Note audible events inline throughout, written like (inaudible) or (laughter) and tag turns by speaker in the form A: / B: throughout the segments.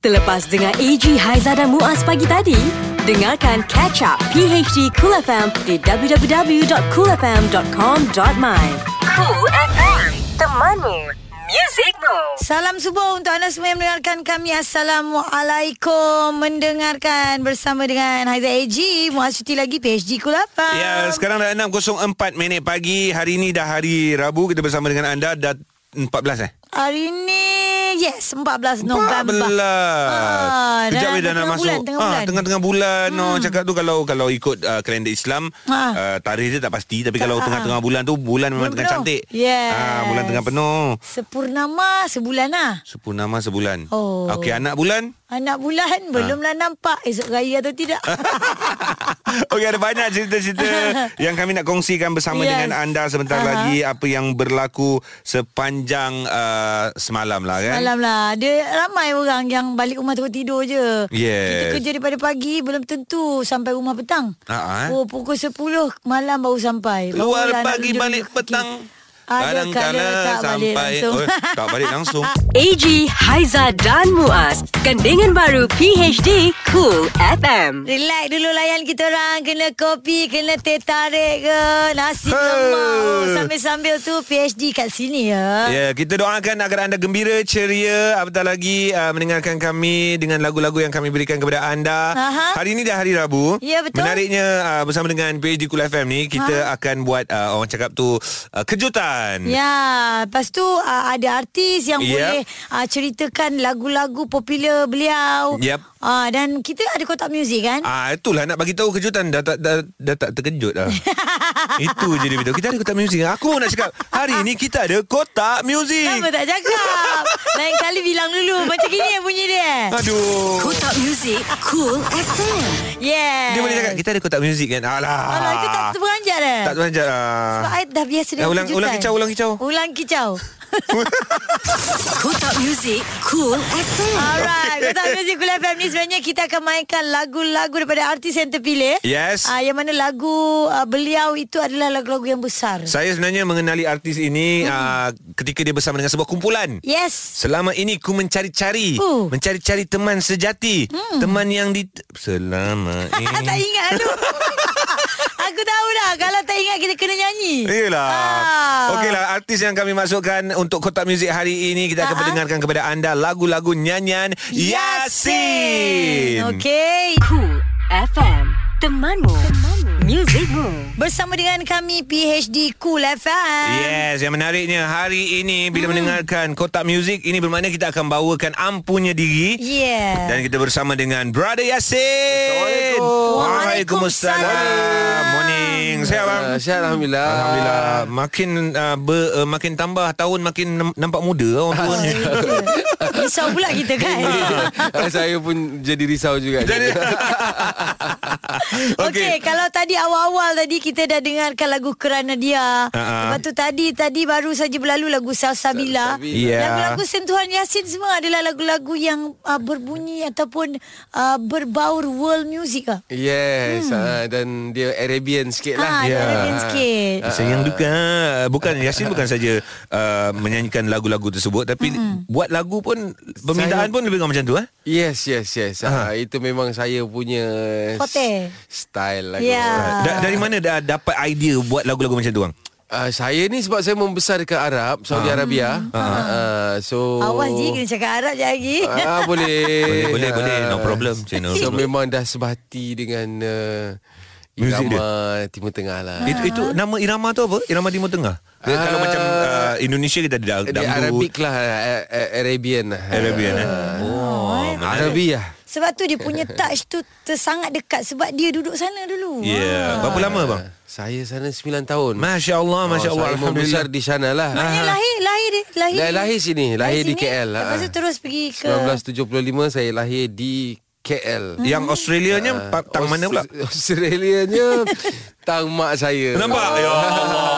A: Terlepas dengar AG Haiza dan Muaz pagi tadi, dengarkan Catch Up PHD Cool FM di www.coolfm.com.my. Cool FM, temanmu, muzikmu.
B: Salam subuh untuk anda semua yang mendengarkan kami. Assalamualaikum. Mendengarkan bersama dengan Haiza AG. Muaz cuti lagi PHG Kulapa.
C: Ya, sekarang dah 6.04 minit pagi. Hari ni dah hari Rabu. Kita bersama dengan anda dah 14 eh?
B: Hari ni Yes 14 November
C: 14.
B: Ah,
C: Kejap
B: dah- dah
C: weh dah nak
B: tengah
C: masuk. Ah,
B: bulan, tengah bulan.
C: tengah-tengah bulan. Hmm. Orang cakap tu kalau kalau ikut uh, kalender Islam,
B: Ah.
C: uh, tarikh dia tak pasti tapi kalau
B: ah.
C: tengah-tengah bulan tu bulan memang
B: Bulan
C: tengah
B: penuh.
C: cantik.
B: Yes.
C: Ah, bulan tengah penuh.
B: Sepurnama sebulan lah
C: Sepurnama sebulan.
B: Oh.
C: Okey, anak bulan. (laughs)
B: Anak bulan Belumlah nampak Esok raya atau tidak
C: Okey ada
B: (laughs)
C: banyak cerita-cerita yang kami nak kongsikan bersama yes.
B: Yes.
C: dengan anda sebentar
B: Aha.
C: lagi apa yang berlaku sepanjang uh, semalam lah kan.
B: Malam lah Dia ramai orang yang balik rumah terus tidur je
C: Yes.
B: Kita kerja daripada pagi Belum tentu sampai rumah petang
C: Ah, ah.
B: Oh pukul 10 malam baru sampai
C: Keluar
B: Barulah nak
C: pagi
B: duduk-duduk
C: balik
B: kaki.
C: petang.
B: Ada kala tak balik
C: (laughs)
B: langsung
C: Oh, tak balik langsung.
A: AG Haiza dan Muaz, gandingan baru PHD Cool FM.
B: (laughs) Relax dulu layan kita orang Kena kopi, kena teh tarik ke Nasi
C: Hey.
B: lemak oh, Sambil-sambil tu PhD kat sini ya
C: Ya, kita doakan agar anda gembira, ceria, apatah lagi uh, mendengarkan kami dengan lagu-lagu yang kami berikan kepada anda.
B: Aha.
C: Hari ini dah hari Rabu.
B: Ya, betul.
C: Menariknya uh, bersama dengan PhD Kul FM ni kita akan buat uh, orang cakap tu uh, kejutan.
B: Ya, lepas tu uh, ada artis yang
C: Yep.
B: boleh uh, ceritakan lagu-lagu popular beliau.
C: Yep.
B: Uh, dan kita ada kotak muzik kan?
C: Ah itulah nak bagi tahu kejutan dah tak dah, dah tak terkejut
B: (laughs)
C: dah. Itu je dia beritahu. Kita ada kotak muzik. Aku nak cakap hari ini kita ada kotak muzik.
B: Kenapa tak cakap? Lain kali bilang dulu. Macam gini yang bunyi dia.
C: Aduh.
A: Kotak muzik Cool FM.
B: Yeah.
C: Dia boleh cakap kita ada kotak muzik kan. Alah.
B: Alah, Ah, itu tak terperanjat eh.
C: Tak terperanjat lah.
B: Sebab I dah biasa dengan
C: Eh, ulang-
B: kejutan.
C: ulang kicau, ulang kicau.
B: Ulang kicau.
C: (laughs)
A: Kotak muzik Cool FM.
B: Alright, Kotak Muzik Kula FM ni sebenarnya kita akan mainkan lagu-lagu daripada artis yang terpilih.
C: Yes.
B: Ah, yang mana lagu ah, beliau itu adalah lagu-lagu yang besar.
C: Saya sebenarnya mengenali artis ini hmm. uh, ketika dia bersama dengan sebuah kumpulan.
B: Yes.
C: Selama ini ku mencari-cari
B: Oh.
C: Mencari-cari teman sejati hmm. Teman yang di Selama
B: Ah, (laughs) tak
C: ini
B: ingat
C: (laughs)
B: tu. Aku tahu dah Kalau tak ingat kita kena nyanyi
C: Yelah lah.
B: Ah.
C: Okeylah Artis yang kami masukkan Untuk kotak muzik hari ini Kita
B: Ah,
C: akan
B: ah.
C: perdengarkan kepada anda Lagu-lagu nyanyian Yasin
B: Okey
A: Cool FM. Temanmu, temanmu, muzikmu.
B: Bersama dengan kami PHD Cool FM
C: Yes, yang menariknya hari ini bila hmm. mendengarkan kotak muzik ini bermakna kita akan bawakan ampunya diri
B: Yeah
C: dan kita bersama dengan Brother Yasin.
B: Waalaikumsalam.
C: Morning. Sihat bang?
D: Uh, sihat Alhamdulillah
C: Alhamdulillah makin uh, ber, uh, makin tambah tahun makin nam- nampak muda orang tua ni.
B: Risau pula kita kan
D: Ah, (laughs) Saya pun jadi risau juga
C: Jadi-
B: (laughs) Okey, okay, kalau tadi awal-awal tadi kita dah dengarkan lagu Kerana Dia. Uh-huh. Lepas tu tadi tadi baru saja berlalu lagu Salsabila.
D: Salsabila.
C: (laughs) Ya.
B: Lagu-lagu sentuhan Yasin semua adalah lagu-lagu yang uh, berbunyi ataupun uh, berbaur world music ah.
D: (laughs) Yes hmm. uh, Dan dia Arabian sikit
B: Ha,
D: lah
B: yeah.
C: Ya.
B: Arabian sikit.
C: Sayang duka Eh, Bukan Yasin bukan saja uh, Menyanyikan lagu-lagu tersebut Tapi mm-hmm. Buat lagu pun Permintaan
D: Saya-
C: pun lebih kurang macam tu eh?
D: Yes yes yes
C: Ah.
D: uh, Itu memang saya punya
B: Forte.
D: s- Style lah
B: Yeah.
C: Da- dari mana Ya. dah dapat idea buat lagu-lagu macam tu bang?
D: Uh, saya ni sebab saya membesar dekat Arab
C: Ah.
D: Saudi Arabia
C: Hmm.
D: uh, So
B: Awas je kena cakap Arab je lagi.
D: Ah, boleh.
C: (laughs) Boleh, boleh, boleh. No
D: Ah.
C: problem, cik, no
D: So
C: problem.
D: memang dah sebati dengan uh,
C: Music
D: Irama Timur Tengah lah
C: Itu, itu nama irama tu apa? Irama Timur Tengah. Dia kalau
D: Ah.
C: macam uh, Indonesia kita ada
D: Dia
C: dangdut
D: Arabic lah A- A- Arabian lah
C: Arabian eh. Oh, menarik.
D: Arabiah
B: (laughs) Sebab tu dia punya touch tu tersangat dekat sebab dia duduk sana dulu. Ah.
C: Ya, yeah. berapa
D: Ah.
C: lama bang?
D: Saya sana 9 tahun
C: Masya-Allah, masya-Allah.
D: saya
C: Alhamdulillah.
D: Oh, membesar di sana lah
B: Maknanya lahir lahir dia- lahir.
D: Lah- lahir sini, lahir di
B: sini,
D: KL, ah.
B: Lepas tu terus pergi ke
D: 1975 saya lahir di KL
B: Hmm.
C: Yang Australianya pa- Ya, tang mana pula?
D: Aus-
C: (laughs)
D: Australianya Tang mak saya Ah.
C: Nampak? Ya Allah.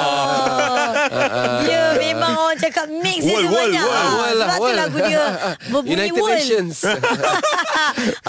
B: (laughs) Dia Ya, memang orang cakap mix dia
C: World,
B: tu
C: world,
B: banyak.
C: world,
B: Ah,
D: world lah,
B: Sebab tu
D: world.
B: lagu dia berbunyi
D: United
B: world.
D: Nations
B: (laughs)
D: (laughs)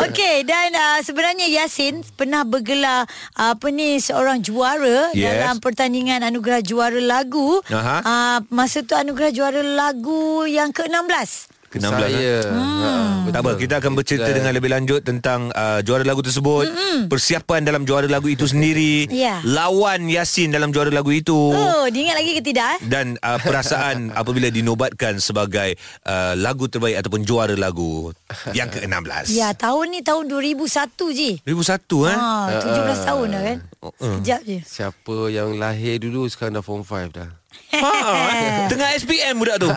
B: Okey dan uh, sebenarnya Yasin pernah bergelar uh, apa ni seorang juara
C: Yes.
B: dalam pertandingan anugerah juara lagu. Ah,
C: Aha.
B: Uh, masa tu anugerah juara lagu yang ke-16.
C: ke-16 eh?
D: Saya hmm.
C: Tak apa, kita akan bercerita dengan lebih lanjut tentang uh, juara lagu tersebut, mm-hmm. persiapan dalam juara lagu itu sendiri,
B: Ya.
C: lawan Yasin dalam juara lagu itu
B: Oh, dia ingat lagi ke tidak? eh?
C: dan uh,
D: (laughs)
C: perasaan apabila dinobatkan sebagai uh, lagu terbaik ataupun juara lagu yang ke-16.
B: Ya, tahun ni tahun 2001 je.
C: 2001
D: Ah.
C: eh. Oh,
B: Ha, 17 tahun dah kan. Sekejap je.
D: Siapa yang lahir dulu sekarang dah form 5 dah.
C: Ha, (laughs) tengah SPM budak
D: (laughs)
C: tu.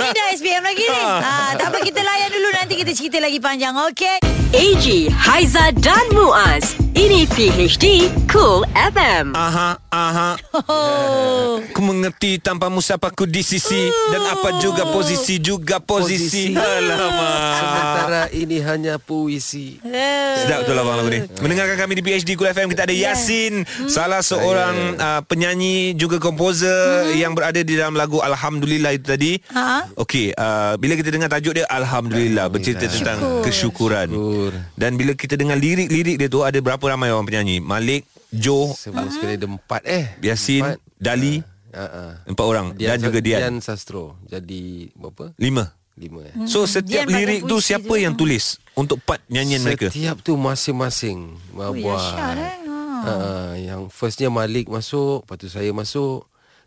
B: Ni dah SPM lagi ni. Ha, tak apa kita layan dulu nanti kita cerita lagi panjang. Okey.
A: AG, Haiza dan Muaz. Ini PHD Cool FM.
C: Aha, aha.
B: Oh.
C: Ku mengerti tanpa musafaku di sisi dan apa juga posisi juga posisi.
D: Posisi.
C: Alamak.
D: Sementara ini hanya puisi.
C: (laughs)
B: Eh.
C: Sedap betul abang lagu ni Mendengarkan kami di PhD Kul FM Kita ada Yasin
B: Hmm.
C: Salah seorang uh, penyanyi Juga komposer Yang berada di dalam lagu Alhamdulillah itu tadi
B: Hmm. Ha.
C: Okey uh, Bila kita dengar tajuk dia Alhamdulillah Bercerita tentang kesyukuran
D: Syukur.
C: Dan bila kita dengar lirik-lirik dia tu Ada berapa ramai orang penyanyi Malik Joe
D: Semua sekali ada empat eh.
C: Yasin
D: Empat.
C: Dali
D: Uh, uh.
C: Empat orang Dan juga Dian
D: Dian Sastro. Jadi berapa?
C: Lima
D: Lima eh.
C: So
B: Hmm, Dian
C: setiap
B: bagai
C: lirik tu
B: puisi
C: Siapa
B: tu.
C: yang tulis Untuk part nyanyian mereka
D: Setiap tu masing-masing
B: Oh,
D: buat.
B: ya, Syah, eh? Ha.
D: Uh, yang firstnya Malik masuk, lepas tu saya masuk,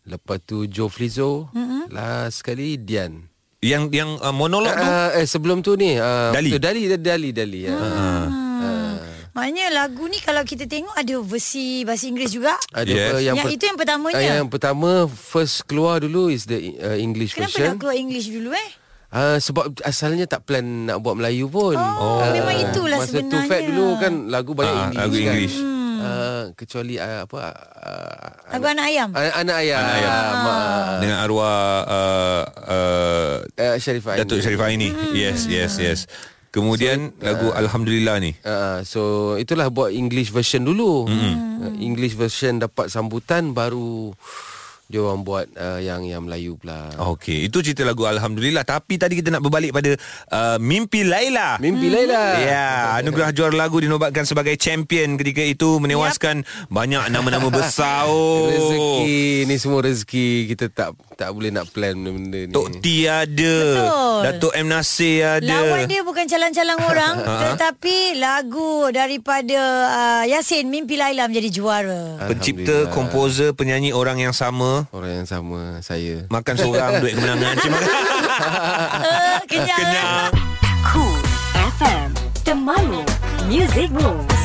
D: lepas tu Joe Flizzo, mm-hmm. last sekali Dian.
C: Yang yang uh, monolog tu
D: Uh, eh sebelum tu ni uh,
C: Dali.
D: tu Dali Dali Dali. Uh.
B: Ah. Maknanya lagu ni kalau kita tengok ada versi bahasa Inggeris juga.
D: Ada
C: Yes.
D: uh, yang,
B: Yang
D: per-
B: itu yang pertamanya.
D: Uh, yang pertama first keluar dulu is the uh, English
B: Kenapa
D: version.
B: nak keluar English dulu eh?
D: Uh, sebab asalnya tak plan nak buat Melayu pun.
B: Oh,
D: Ah,
B: memang itulah
D: masa Masa
B: sebenarnya. Hmm.
D: tu Fat dulu kan lagu banyak
C: Ah,
D: English.
C: lagu
D: kan.
C: English.
D: Ah, kecuali uh, apa uh,
B: Lagu Ah. anak ayam.
D: anak, anak ayah. Anak ayah. Uh,
C: Dengan arwah uh, uh,
D: uh, Syarifah. Aini.
C: Datuk Syarifah ini
B: Hmm.
C: Yes yes yes Kemudian lagu Alhamdulillah ni
D: Uh, so itulah buat English version dulu. Mm. Uh, English version dapat sambutan baru dia orang buat uh, yang yang Melayu pula.
C: Ah, Okey, itu cerita lagu Alhamdulillah Tapi tadi kita nak berbalik pada uh, Mimpi Laila
B: Hmm.
D: Mimpi lah. Laila.
C: Ya, anugerah juara lagu dinobatkan sebagai champion ketika itu menewaskan banyak nama-nama besar. Oh.
D: Rezeki ni semua rezeki kita tak tak boleh nak plan benda-benda ni.
C: Tok T ada.
B: Betul.
C: Datuk M Nasir ada.
B: Lawan dia bukan calang-calang
D: (laughs)
B: orang
D: Ha?
B: Tetapi lagu daripada uh, Yasin Mimpi Laila menjadi juara
C: Pencipta,
D: Alhamdulillah.
C: komposer, penyanyi orang yang sama.
D: Orang yang sama saya.
C: Makan seorang duit
B: (laughs)
C: kemenangan. Terima kasih.
D: (laughs)
B: uh, Kenyang, kenyang.
C: Kenyang.
A: Cool FM. Temanmu. Music Moves.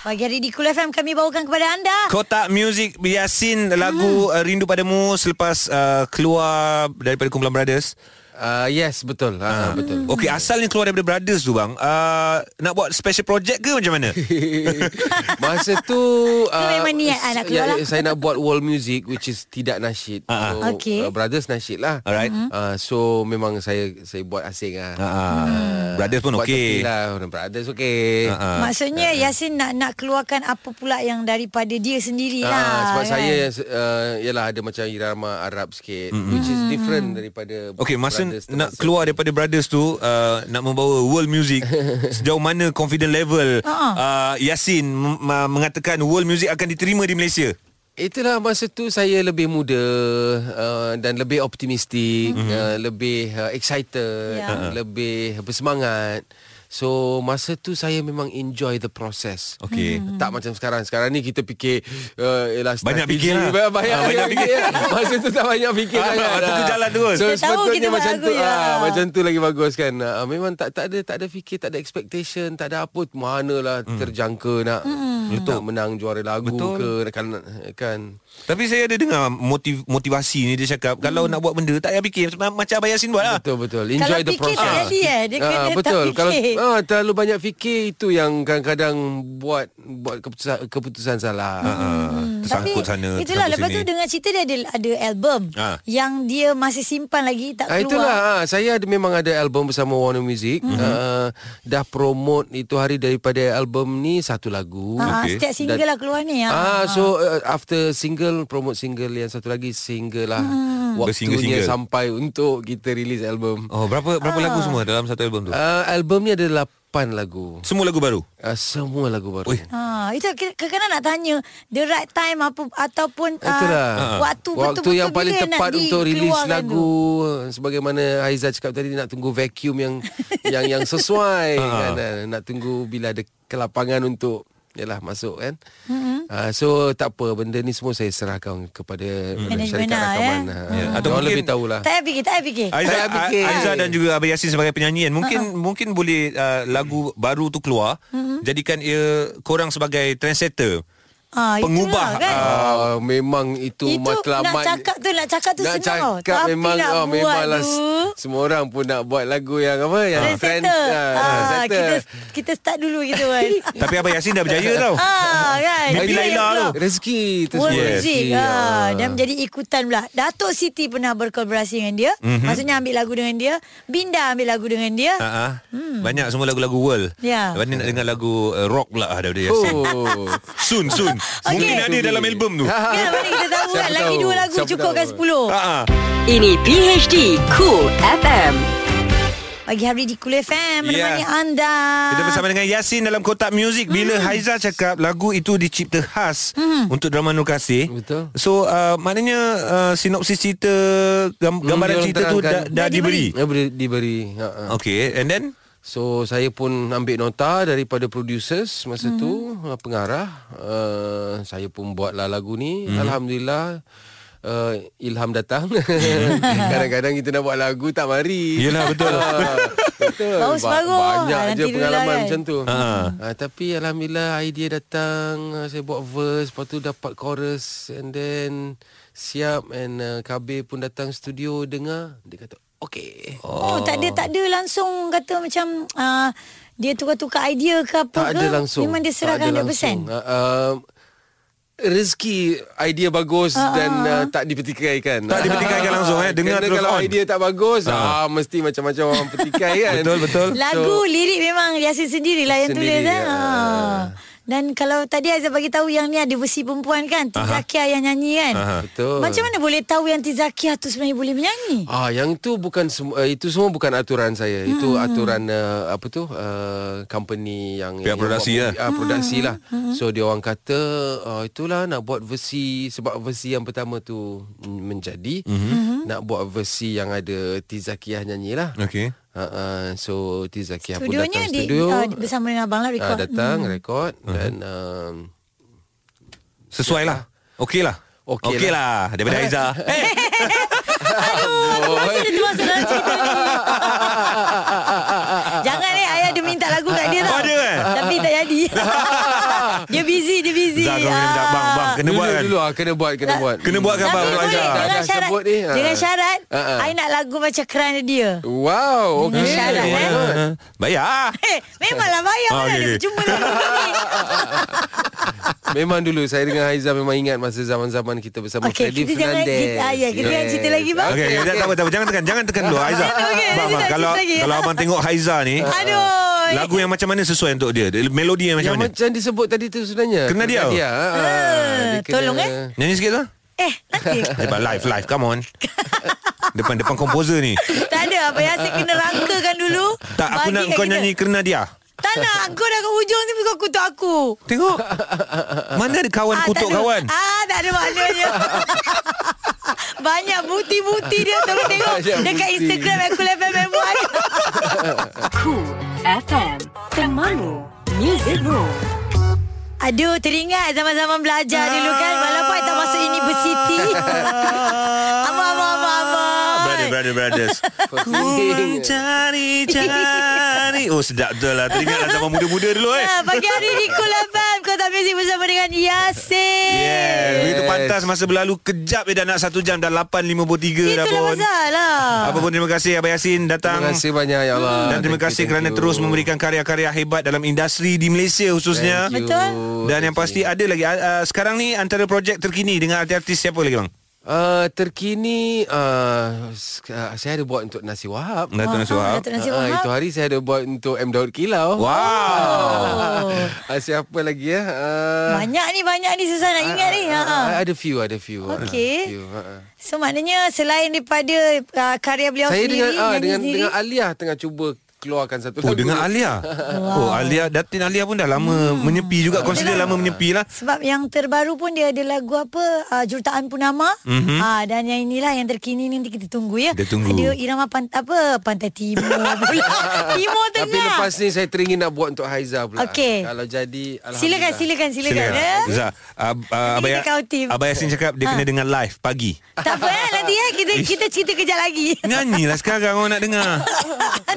B: Pagi hari di Kul FM kami bawakan kepada anda
C: Kotak Music Yasin lagu hmm. Rindu Padamu selepas uh, keluar daripada Kumpulan Brothers.
D: Uh, yes betul. Ah, betul.
B: Hmm.
C: Okey, asalnya keluar daripada Brothers tu bang. Uh, nak buat special project ke macam
D: (laughs)
C: mana?
D: Masa
B: (laughs)
D: tu ah,
B: memang niat ah, nak keluar
D: saya-
B: lah.
D: Saya nak buat world music Which is tidak nasyid
C: Ah, ah.
D: so,
B: Okey.
D: ah, Brothers nasyid lah
C: Alright. Mhm.
D: Ah, So memang saya Saya buat asing lah
C: Ah, Brothers pun
D: Buat tepi
C: okey.
D: lah Brothers okey
C: Ah, ah.
B: Maksudnya Yasin nak nak keluarkan apa pula yang daripada dia sendiri lah.
D: Ah, sebab
B: kan?
D: saya uh, Yalah ada macam irama Arab sikit mm-hmm. Which is different daripada
C: Okey, masa
D: Brothers
C: nak
D: termasuk.
C: keluar daripada Brothers tu uh, nak membawa world
D: (laughs)
C: music sejauh mana confident level
B: Ah.
C: uh, Yasin m- ma- mengatakan world music akan diterima di Malaysia.
D: Itulah masa tu saya lebih muda uh, dan lebih optimistik,
C: Mhm.
D: mm-hmm. uh, lebih uh, excited,
B: Ya.
C: Uh-huh.
D: yeah. lebih bersemangat. So masa tu saya memang enjoy the process.
C: Okey.
D: Mm-hmm. Tak macam sekarang. Sekarang ni kita fikir uh, ialah
C: Banyak fikir
D: strategi,
C: lah.
D: ba- (laughs) Banyak,
C: Ah, banyak
D: banyak fikir. (laughs) masa tu tak banyak fikir
C: Ah,
D: sangat.
C: masa tu
D: Ah.
C: jalan terus.
B: Kita
D: So
B: tahu kita
D: sepatutnya
B: buat
D: macam
B: lagu,
D: tu.
B: ya.
D: ah, macam tu lagi bagus kan. Ah, memang tak tak ada tak ada fikir, tak ada expectation, tak ada apa manalah mm. terjangka nak
B: Hmm.
D: mm. nak menang juara lagu
C: Hmm. Betul.
D: ke kan kan.
C: Tapi saya ada dengar motiv, motivasi ni dia cakap hmm. kalau nak buat benda tak payah fikir Ma- macam Abang Yasin buat lah.
D: Betul betul. Enjoy the
B: fikir tak
D: process.
B: jadi, eh. Dia kena tak
D: betul.
B: fikir.
D: Kalau ah, terlalu banyak fikir itu yang kadang-kadang buat buat keputusan keputusan salah.
C: Hmm.
B: Tapi
C: Tersangkut sana
B: Itulah
C: tersangkut
B: lepas
C: sini.
B: tu dengan cerita dia ada, ada album
C: Ha.
B: Yang dia masih simpan lagi Tak
D: Ah,
B: keluar Mhm.
D: itulah ah, saya ada memang ada album bersama Warner Music. Mm-hmm. Ah, dah promote itu hari daripada album ni satu lagu.
B: ha,
C: Okey.
B: Setiap single lah keluar ni ha.
D: Ah, so uh, after single promote single yang satu lagi single lah hmm. waktunya
C: Bersingle-single.
D: sampai untuk kita release album.
C: Ah. Oh berapa berapa lagu semua dalam satu album tu?
D: Uh, album ni ada lapan lagu.
C: Semua lagu baru.
D: Uh, semua lagu baru.
C: Ui.
B: Ha, itu kadang-kadang nak tanya the right time apa ataupun
D: Itulah.
C: Ah.
B: uh, waktu
D: Waktu
B: betul-betul
D: yang paling
B: bila
D: tepat
B: nak
D: untuk rilis
B: dikeluarkan tu.
D: lagu tu. sebagaimana Haiza cakap tadi nak tunggu vacuum
B: (laughs)
D: yang yang yang sesuai kan Ah, nak tunggu bila ada kelapangan untuk yalah masuk kan. Mm-hmm. Uh, so tak apa benda ni semua saya serahkan kepada mm. syarikat
B: Management lah, eh?
D: rakaman. Yeah.
C: Ya, atau
D: Atau
C: mungkin-
D: lebih tahulah.
B: Tak payah fikir, tak payah fikir. Ah,
C: Aiza,
D: Tak fikir.
C: Aiza dan juga Abang Yasin sebagai penyanyi kan mungkin uh-huh. mungkin boleh uh, lagu baru tu keluar uh-huh. jadikan ia korang sebagai trendsetter
B: Ha, itulah
C: pengubah,
D: Ah, memang itu,
B: Itu
D: matlamat
B: nak cakap tu, nak cakap tu
D: nak
B: senang tau.
D: cakap
B: Tapi
D: memang
B: nak
D: oh,
B: buat
D: memanglah
B: tu.
D: s- semua orang pun nak buat lagu yang apa yang
B: Trend
D: trend
B: setter.
D: ah,
B: Ah,
D: trendsetter.
B: kita kita start dulu kita
C: (laughs)
B: kan.
C: tapi Abang Yasin dah berjaya tau
B: ah, kan.
C: Mimpi
B: Itu yang
C: Laila
B: keluar.
C: tu.
D: Rezeki tu
B: World
D: semua.
C: Yes.
B: Music
D: Rezeki,
B: ha.
D: ah.
C: (laughs)
B: Dan menjadi ikutan pula Datuk Siti pernah berkolaborasi dengan dia mm-hmm.
D: Mhm.
B: Maksudnya ambil lagu dengan dia Binda ambil lagu dengan dia
C: Ha ah. Hmm. Banyak semua lagu-lagu world.
B: Ya.
C: Lepas ni nak dengar lagu uh, rock pula ah, daripada Yasin. Oh.
D: Oh. Ya.
C: Soon soon.
B: Okay.
C: Mungkin ada dalam album tu. Ha
B: Kan mana kita tahu
D: (laughs) Siapa
B: kan Lagi
D: tahu?
B: dua lagu
D: Siapa
B: cukup kan
D: tahu?
B: sepuluh
C: ah.
A: Ini PHD Cool FM.
B: Pagi hari di Kul FM
C: Ya.
B: Menemani anda
C: Kita
B: Ah.
C: bersama dengan Yasin dalam kotak muzik bila hmm. Haiza cakap lagu itu dicipta khas hmm. untuk drama Nur Kasih.
D: Betul.
C: So uh, maknanya uh, sinopsis cerita gam, gambaran
D: dia orang
C: cerita tu dah,
D: terangkan.
C: dah
B: Dah diberi.
C: diberi.
D: Ya, beri- diberi. Ha, ha.
C: Okay and then
D: So saya pun ambil nota daripada producers masa mm-hmm. tu
B: Mhm.
D: uh, pengarah uh, saya pun buatlah lagu
C: Mhm.
D: ni mm-hmm. alhamdulillah uh, ilham datang
C: (laughs)
D: kadang-kadang kita nak buat lagu tak mari
C: Yelah, betul.
D: Ah, betul
B: Baru separuh.
D: banyak
B: Ah,
D: je
B: nanti dulu lah,
D: pengalaman
B: kan?
D: macam tu
C: Ha.
D: uh, tapi alhamdulillah idea datang uh, saya buat verse lepas tu dapat chorus and then siap and uh, KB pun datang studio dengar dia kata okey
B: Oh, tak ada tak ada langsung kata macam uh, dia tukar-tukar idea ke apa
D: Tak
B: ke?
D: ada langsung.
B: Memang dia
D: Tak
B: serahkan 100%.
D: ada langsung. Uh, uh, rezeki idea bagus
B: Ah,
D: uh, dan uh, tak dipertikaikan.
C: Tak dipertikaikan langsung, eh. Dengar
D: Kerana
C: terus
D: kalau
C: on.
D: idea tak bagus, uh. ah mesti macam-macam orang petikai kan.
C: Betul,
D: (laughs)
C: betul.
B: Lagu so, lirik memang Yasin sendirilah yang
D: Sendiri,
B: tulis kan.
D: ya.
B: Ha. Dan kalau tadi Aizah bagi tahu yang ni ada versi perempuan kan, Tizakia yang nyanyi kan.
C: Aha.
D: Betul.
B: Macam mana boleh tahu yang Tizakia tu sebenarnya boleh menyanyi?
D: Ah, yang tu bukan sem- uh, itu semua bukan aturan saya. Hmm. Itu aturan uh, apa tu? Uh, company yang
C: Pihak
D: yang
C: produksi
D: buat movie, Ah, produksi lah. Hmm. So dia orang kata uh, itulah nak buat versi sebab versi yang pertama tu mm, menjadi
C: Mhm.
B: Mhm.
D: hmm. nak buat versi yang ada Tizakiah nyanyilah.
C: okay.
D: Uh, uh, so Tizakiah pun
B: Studionya
D: datang
B: di,
D: studio.
B: ah, bersama dengan abang lah
D: Ah,
B: record. (laughs)
D: datang hmm. rekod
C: Mhm.
D: dan um,
C: Sesuai lah. Okey lah.
D: Okey
C: Okey lah. Daripada Haiza. Eh,
B: Masih dia termasuk dalam cerita
D: (laughs)
B: ni. Jangan eh Ayah dia minta lagu kat dia tau
C: Oh, ada eh?
B: Tapi tak
D: (laughs)
B: jadi Dia busy Dia busy
C: Zah kau kena minta bang bang kena
D: dulu,
C: buat kan.
D: dulu ah kena buat kena buat.
C: Kena buat kan,
B: Lah, Tapi boleh
C: Abang, Abang Aizah.
B: Dengan
D: Dah
B: syarat
D: sebut ni, ah.
B: Dengan syarat
D: Ah, ah.
B: I nak lagu macam kerana dia
D: Wow,
B: Dengan
D: okey.
B: syarat, eh.
D: Why not?
C: (laughs) Eh, Bayar.
B: Eh, memanglah bayar
C: Ah,
B: mana
C: okey,
B: ada
C: okey. (laughs)
B: berjumpa lagu ni.
D: Memang dulu saya dengan Haizah memang ingat masa zaman-zaman kita bersama
B: Okey,
D: Freddy
B: kita jangan-
D: Fernandez.
B: kita- ah, ya, kita jangan cerita lagi, bang.
C: Okey, okay, tak apa tak apa. Jangan tekan, jangan tekan dulu Haiza.
B: Okey, okey,
C: Bang,
B: nanti
C: bang,
B: tak
C: kalau
B: cerita lagi.
C: kalau abang tengok Haiza ni,
B: Aduh.
C: lagu yang macam mana sesuai untuk dia? Dia- Melodi yang macam
D: Yang
C: mana?
D: macam disebut tadi tu sebenarnya.
C: Kena dia.
D: dia. ah, ah, dia kena-
B: tolong, eh.
C: Nyanyi sikit lah.
B: Eh, nanti.
C: Hebat live live come
D: (laughs)
C: on. Depan depan komposer ni.
B: Tak ada apa yang saya kena rangkakan dulu.
C: Tak aku
B: Bagi
C: nak
B: kat
C: kau
B: kita.
C: nyanyi kerana dia.
B: Tak nak. Kau dah ke hujung ni kau kutuk aku.
C: Tengok. Mana ada kawan
B: Ah, tak
C: kutuk
B: ada-
C: kawan?
B: Ah, tak ada
C: (laughs)
B: maknanya. Banyak bukti-bukti dia Tolong tengok
D: Banyak
B: Dekat
D: bukti.
B: Instagram Aku level member
A: Cool FM. Temanmu. Music Room.
B: Aduh teringat Zaman-zaman belajar dulu kan Walaupun I tak masuk
C: (laughs)
B: universiti
D: Ah,
B: Abang abang abang abang
C: Brother, brother, brothers
D: (laughs)
C: Ku
D: (laughs)
C: mencari-cari Oh sedap betul lah Teringatlah zaman muda-muda dulu eh
B: Ah, Pagi hari di Kul FM Kota Music bersama dengan
D: Ya,
B: Yasin
C: Yes Begitu
D: Yes.
C: pantas masa berlalu Kejap je dah nak 1 jam Dah 8.53 dah
B: Itulah
C: pun
B: pasal lah
C: Apa pun terima kasih Abang Yasin datang
D: Terima kasih banyak ya Allah.
C: Dan terima
D: Thank you,
C: kasih
D: thank
C: kerana
D: you.
C: terus memberikan karya-karya hebat dalam industri di Malaysia khususnya.
D: Thank you.
B: Betul.
C: Dan yang pasti ada lagi uh, sekarang ni antara projek terkini dengan artis-artis siapa lagi bang?
D: Uh, terkini uh, sk- uh, saya ada buat untuk Nasi Wahab.
C: Datuk
B: Ah,
C: Nasir Wahab.
B: Datuk Nasir
D: Ah,
B: Wahab.
D: itu hari saya ada buat untuk M Daud Kilau.
C: Wow.
B: Oh.
D: Ah, siapa lagi ya? Uh,
B: Banyak ni Banyak ni Susah
D: Ah,
B: nak ingat ni Ha, ha.
D: Ada few, ada few.
B: Okey.
D: Ada few, ha, ha.
B: So maknanya Selain daripada uh, Karya beliau
D: Saya
B: sendiri
D: dengan ah,
B: nyanyi
D: dengan
B: sendiri,
D: dengan Alia tengah cuba keluarkan satu
C: Oh
D: lagu. (laughs)
C: dengan Alia Oh Alia Datin Alia pun dah
B: Hmm.
C: lama Menyepi juga Consider lama menyepi lah
B: Sebab yang terbaru pun dia ada lagu apa uh, Jurutaan Purnama mm-hmm. uh, Dan yang inilah yang terkini ni nanti kita tunggu ya
C: Kita tunggu.
B: Ada irama pant- apa Pantai Timur pula Timur Tengah
D: Tapi lepas ni saya teringin nak buat untuk Haiza pula.
B: Okey.
D: Kalau jadi
B: Silakan, silakan, silakan. silakan.
C: Silakan.
B: Ya?
C: Zah uh, uh,
B: Nanti
C: Abang,
B: kita kau team.
C: Ya- Abang Yasin cakap
B: Ha.
C: Dia kena dengar live pagi
B: Tak apa eh, nanti eh kita kita cerita kejap lagi.
C: (laughs) Nyanyilah lah sekarang Orang nak
B: (laughs)
C: dengar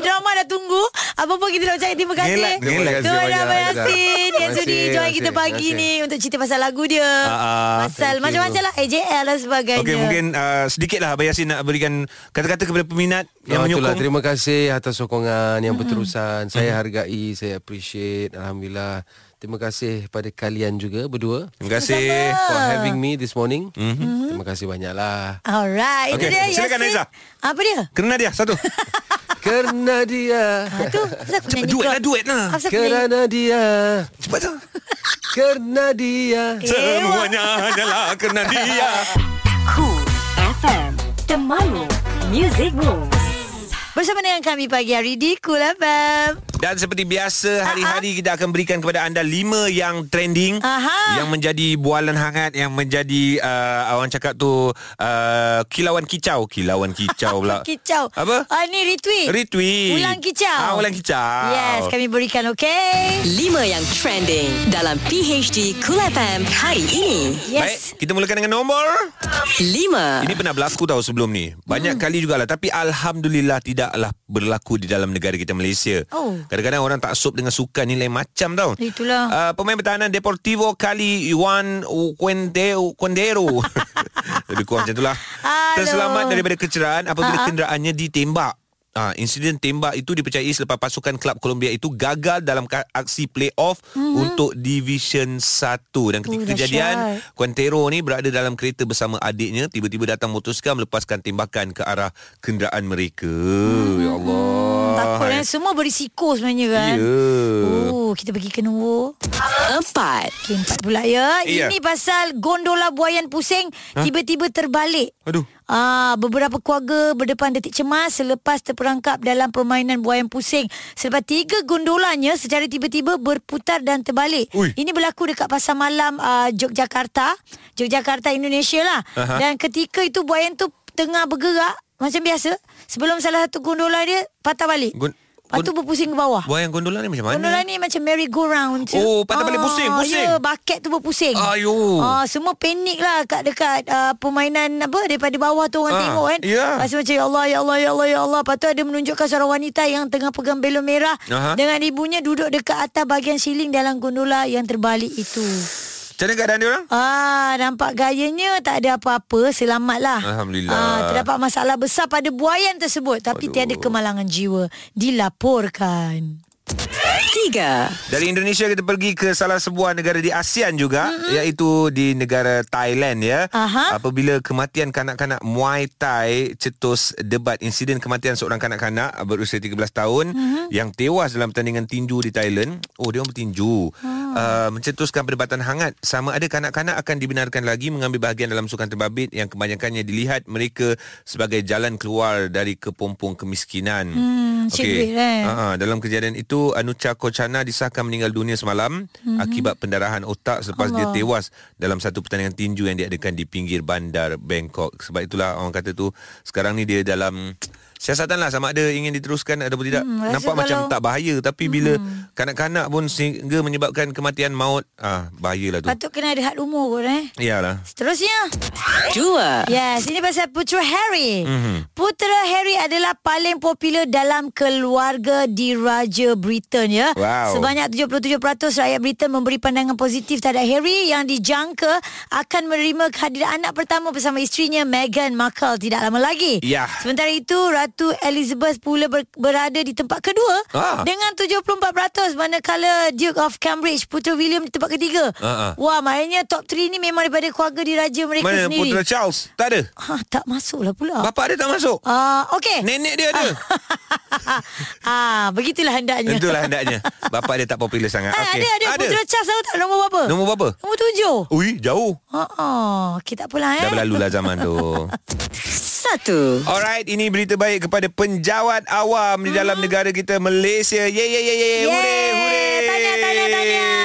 B: Drama dah tunggu. Apa pun kita nak ucapkan terima kasih.
C: Ngelak, ngelak.
B: Tu
D: Terima kasih
B: ada Abang
D: banyak,
B: Yasin
D: Aizah.
B: yang
D: Terima
B: sudi
D: kasih,
B: join
D: terima
B: kita
D: kasih,
B: pagi
D: terima
B: ni untuk cerita pasal lagu dia.
C: ah,
B: pasal
D: thank
B: macam-macam
D: you.
B: lah AJL dan sebagainya.
C: Okey mungkin uh, sedikit lah Abang Yasin nak berikan Kata-kata kepada peminat Yang
D: Yang
C: menyokong
D: Ya, itulah, terima kasih atas sokongan yang berterusan. Saya hargai, saya appreciate. Alhamdulillah. Terima kasih pada kalian juga berdua
C: Terima kasih
D: for having me this morning. Mm-hmm. Terima kasih banyaklah. (laughs)
B: Alright, itu
C: Okey,
B: dia
C: silakan,
B: Yasin.
C: Aizah.
B: Apa dia?
C: Kena dia
B: (laughs)
C: satu
D: Kerana dia,
B: Ha, tu, pasal aku
C: Cepat
B: nyanyi
C: duet
B: kot.
C: lah duet lah
B: Pasal aku nyanyi.
D: kerana dia,
C: Cepat tu
D: kerana dia.
C: Eh. Semuanya hanyalah kena
B: (laughs)
C: dia
A: Cool FM Temanmu Music Moves
B: Bersama dengan kami pagi hari di Cool FM.
C: Dan seperti biasa hari-hari kita akan berikan kepada anda lima yang trending
B: Aha.
C: yang menjadi bualan hangat yang menjadi uh, orang cakap tu uh, kilauan kicau, kilauan kicau
B: (laughs)
C: pula.
B: Kicau.
C: Apa?
B: Ah, ni retweet.
C: Retweet.
B: Ulang kicau.
C: Ah ulang kicau.
B: Yes, kami berikan okey.
A: 5 yang trending dalam PHD Cool FM hari ini
B: Yes.
C: Baik, kita mulakan dengan nombor
A: 5
C: Ini pernah berlaku tau sebelum ni Banyak
B: Hmm.
C: kali jugalah Tapi Alhamdulillah tidaklah berlaku di dalam negara kita Malaysia
B: Oh.
C: Kadang-kadang orang tak sup dengan sukan ni lain macam tau
B: Itulah.
C: uh, Pemain pertahanan Deportivo Kali Juan Quendero
B: (laughs)
C: Quendero Lebih kurang macam itulah
B: Aduh. Ah,
C: Terselamat daripada kecederaan Apabila uh-huh. kenderaannya ditembak Ah, insiden tembak itu dipercayai selepas pasukan klub Colombia itu gagal dalam ka- aksi playoff mm-hmm. untuk Division 1 dan ketika
B: Mhm. Oh, dahsyat.
C: kejadian Quintero ni berada dalam kereta bersama adiknya tiba-tiba datang motosikal melepaskan tembakan ke arah kenderaan mereka. Ya Allah.
B: Takut kan Semua berisiko sebenarnya kan
C: Ya.
B: Oh kita pergi ke nombor
A: 4
B: Okay empat pula ya
C: Ya.
B: Ini pasal gondola buayan pusing Tiba-tiba terbalik
C: Aduh.
B: Ah, beberapa keluarga berdepan detik cemas selepas terperangkap dalam permainan buayan pusing. Selepas tiga gondolanya secara tiba-tiba berputar dan terbalik.
C: Ui.
B: Ini berlaku dekat pasar malam uh, Yogyakarta, Yogyakarta Indonesia lah.
C: Aha.
B: Dan ketika itu buayan tu tengah bergerak macam biasa sebelum salah satu gondola dia patah balik.
C: Gun-
B: Lepas tu
C: gun-
B: berpusing ke bawah.
C: Buah yang gondola ni macam mana?
B: Gondola ni macam merry-go-round tu.
C: Oh, patah balik pusing, pusing.
B: Ya, baket tu berpusing.
C: Ayuh.
B: Ah, semua panik lah kat dekat uh, permainan apa daripada bawah tu orang
C: Ah,
B: tengok kan.
C: ya.
B: Lepas tu macam ya Allah, ya Allah, ya Allah, ya Allah. Lepas tu ada menunjukkan seorang wanita yang tengah pegang belon merah
C: Aha.
B: dengan ibunya duduk dekat atas bahagian siling dalam gondola yang terbalik itu.
C: Macam mana keadaan dia orang?
B: Ah, nampak gayanya tak ada apa-apa. Selamatlah.
C: Alhamdulillah.
B: Ah, terdapat masalah besar pada buayan tersebut tapi
C: Aduh.
B: tiada kemalangan jiwa. Dilaporkan.
A: 3
C: Dari Indonesia kita pergi ke salah sebuah negara di ASEAN juga mm-hmm. iaitu di negara Thailand ya.
B: Aha.
C: Apabila kematian kanak-kanak Muay Thai cetus debat insiden kematian seorang kanak-kanak berusia 13 tahun mm-hmm. yang tewas dalam pertandingan tinju di Thailand. Oh dia orang bertinju.
B: Ah.
C: Uh, mencetuskan perdebatan hangat sama ada kanak-kanak akan dibenarkan lagi mengambil bahagian dalam sukan terbabit yang kebanyakannya dilihat mereka sebagai jalan keluar dari kepompong kemiskinan.
B: Hmm, cik duit, eh.
C: Ah, Ah, dalam kejadian itu Anucha Kochana disahkan meninggal dunia semalam
B: Mhm.
C: mm-hmm. akibat pendarahan otak selepas Allah. dia tewas dalam satu pertandingan tinju yang diadakan di pinggir bandar Bangkok. Sebab itulah orang kata tu sekarang ni dia dalam siasatan lah sama ada ingin diteruskan ataupun tidak.
B: Hmm,
C: Hmm,
B: rasa
C: Nampak macam
B: kalau- Hmm.
C: tak bahaya tapi bila kanak-kanak pun sehingga menyebabkan kematian maut ah bahayalah tu.
B: Patut kena ada had umur kot eh.
C: Iyalah.
B: Seterusnya.
A: 2
B: Yes, ini pasal Putera Harry.
C: Mhm.
B: Mm-hmm. Putera Harry adalah paling popular dalam keluarga di Raja Britain ya.
C: Wow.
B: Sebanyak 77% rakyat Britain memberi pandangan positif terhadap Harry yang dijangka akan menerima kehadiran anak pertama bersama isterinya Meghan Markle tidak lama lagi.
C: Ya.
B: Sementara itu, Ratu Elizabeth pula ber- berada di tempat kedua
C: Ah.
B: dengan 74% manakala Duke of Cambridge Putera William di tempat ketiga.
C: Ah, ah.
B: Wah, maknanya top 3 ni memang daripada keluarga di Raja mereka
C: Mana
B: sendiri.
C: putera Charles? Tak ada.
B: Ha, tak masuklah pula.
C: Bapak dia tak masuk.
B: Ah, uh, okey.
C: Nenek dia ada.
B: ah, begitulah hendaknya.
C: Itulah hendaknya. Bapak dia tak popular sangat.
B: (laughs) Ah,
C: lah. Okey.
B: Ada, ada. Putera Charles tahu tak nombor berapa?
C: Nombor berapa?
B: Nombor tujuh.
C: Ui, jauh.
B: Ha, ah, okay, tak apalah eh. (laughs)
C: Dah berlalu lah zaman tu
A: Satu satu.
C: Alright, ini berita baik kepada penjawat awam di
B: Hmm.
C: dalam negara kita Malaysia. Ye ye ye ye. Hore hore.
B: Tahniah, tahniah, tahniah.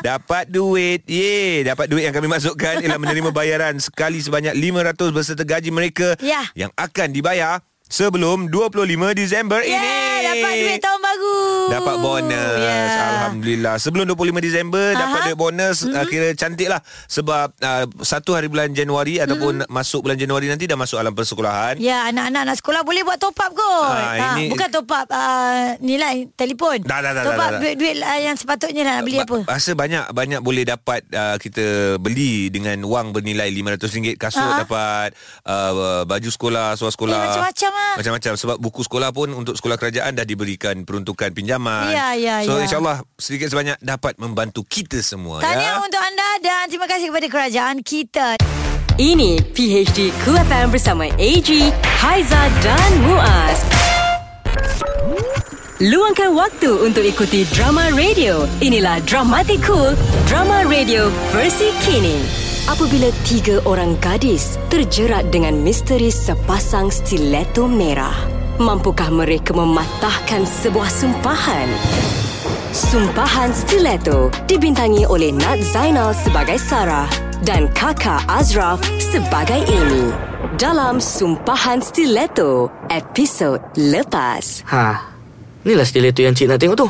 C: Dapat duit. Ye, dapat duit yang kami masukkan ialah menerima bayaran sekali sebanyak 500 berserta gaji mereka
B: Ya.
C: yang akan dibayar sebelum 25 Disember
B: Yeah,
C: ini.
B: Ya, dapat duit tahun baru. Ya.
C: Dapat bonus
B: Yeah.
C: Alhamdulillah Sebelum 25 Disember Dapat
B: Aha.
C: duit bonus mm-hmm. Kira cantik lah Sebab uh, Satu hari bulan Januari Ataupun
B: Mm-hmm.
C: masuk bulan Januari nanti Dah masuk alam persekolahan
B: Ya, anak-anak nak sekolah boleh buat top up kot.
C: Ah,
B: Ha,
C: ini-
B: bukan top up uh, nilai telefon.
C: Dah, dah, dah,
B: top
C: dah,
B: up
C: dah.
B: duit-duit uh, yang sepatutnya lah nak beli
C: Ba-
B: apa.
C: Rasa banyak Banyak boleh dapat uh, Kita beli Dengan wang bernilai RM500
B: Ah.
C: Kasut uh-huh. dapat uh, Baju sekolah Suara sekolah
B: Eh, macam-macam lah.
C: Macam-macam Sebab buku sekolah pun Untuk sekolah kerajaan Dah diberikan peruntukan pinjaman
B: Ya, ya,
C: So
B: ya.
C: insyaAllah Sedikit sebanyak Dapat membantu kita semua
B: Tahniah
C: ya.
B: untuk anda dan terima kasih kepada kerajaan kita.
A: Ini PHD Cool FM bersama AG, Haiza dan Muaz. Luangkan waktu untuk ikuti drama radio. Inilah Dramatic Cool, drama radio versi kini. Apabila tiga orang gadis terjerat dengan misteri sepasang stiletto merah, mampukah mereka mematahkan sebuah sumpahan? Sumpahan Stiletto dibintangi oleh Nat Zainal sebagai Sarah dan kakak Azraf sebagai Amy. Dalam Sumpahan Stiletto, episod lepas.
E: Ha. Inilah stiletto yang cik nak tengok tu.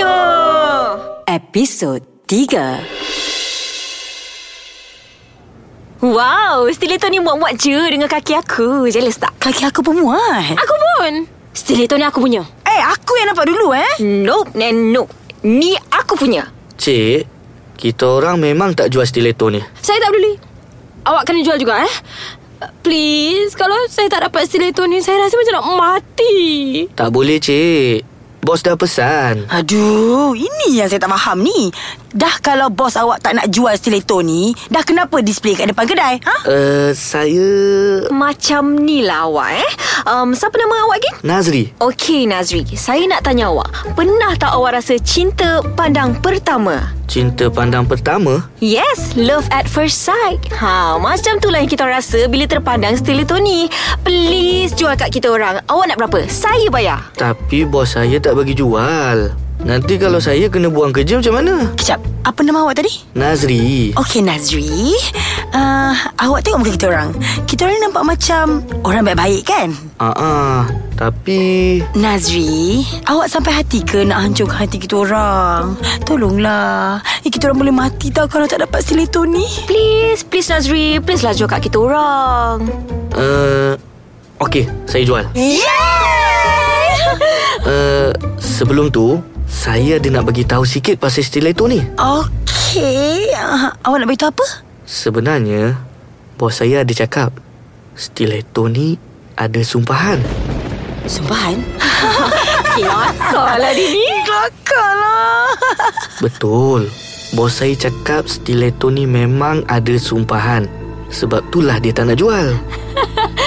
F: Oh,
A: Episod 3.
F: Wow, stiletto ni muat-muat je dengan kaki aku. Jealous tak?
G: Kaki aku pun muat.
F: Aku pun. Stiletto ni aku punya.
G: Eh, aku yang nampak dulu eh.
F: Nope, and nope. Ni aku punya.
E: Cik, kita orang memang tak jual stiletto ni.
F: Saya tak peduli. Awak kena jual juga eh. Uh, Please, kalau saya tak dapat stiletto ni, saya rasa macam nak mati.
E: Tak boleh, cik. Bos dah pesan.
G: Aduh, ini yang saya tak faham ni. Dah kalau bos awak tak nak jual stiletto ni, dah kenapa display kat depan kedai? Ha?
E: Uh, saya...
F: Macam ni lah awak eh. Um, siapa nama awak lagi?
E: Nazri.
F: Okey Nazri, saya nak tanya awak. Pernah tak awak rasa cinta pandang pertama?
E: Cinta pandang pertama?
F: Yes, love at first sight. Ha, macam tu lah yang kita rasa bila terpandang stiletto ni. Please jual kat kita orang. Awak nak berapa? Saya bayar.
E: Tapi bos saya tak bagi jual. Nanti kalau saya kena buang kerja macam mana?
G: Kejap, apa nama awak tadi?
E: Nazri.
G: Okey Nazri uh, Awak tengok muka kita orang Kita orang ni nampak macam Orang baik-baik kan
E: Ah, ah. tapi...
G: Nazri Awak sampai hati ke Nak hancurkan hati kita orang Tolonglah eh, Kita orang boleh mati tau Kalau tak dapat stiletto ni
F: Please, please Nazri. Please lah jual kat kita orang.
E: Uh, Okey, saya jual.
G: Yeah
E: Uh, sebelum tu, saya ada nak bagi tahu sikit pasal stiletto ni.
G: Okey uh, Awak nak beritahu apa?
E: Sebenarnya Bos saya ada cakap Stiletto ni Ada sumpahan (laughs)
G: Sumpahan? lah
F: Kalau dia ni.
G: Kelakar lah
E: Betul Bos saya cakap Stiletto ni memang ada sumpahan Sebab itulah dia tak nak jual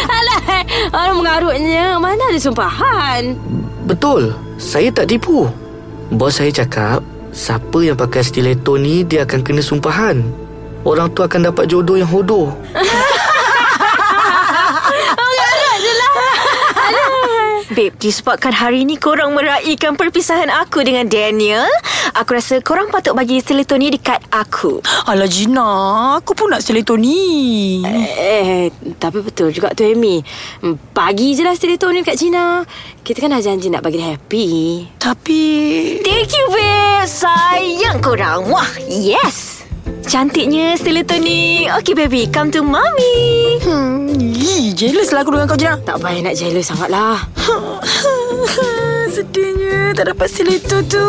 F: Alah, orang mengarutnya. Mana ada sumpahan?
E: Betul Saya tak tipu Bos saya cakap Siapa yang pakai stiletto ni Dia akan kena sumpahan Orang tu akan dapat jodoh yang hodoh
F: Babe, disebabkan hari ni korang meraihkan perpisahan aku dengan Daniel, aku rasa korang patut bagi stiletto ni dekat aku.
G: Alah Gina Aku pun nak stiletto ni
F: Eh, tapi betul juga tu Amy. Hmm, Bagi je lah stiletto ni dekat Cina. Kita kan dah janji nak bagi dia happy.
G: Tapi
F: Thank you, babe. Sayang korang. Wah, yes. Cantiknya stiletto ni. Okay, baby. Come to mommy. Hmm.
G: Ih, jealous lah aku dengan kau Gina
F: Tak payah nak jealous sangat
G: (laughs)
F: lah.
G: Sedihnya tak dapat stiletto tu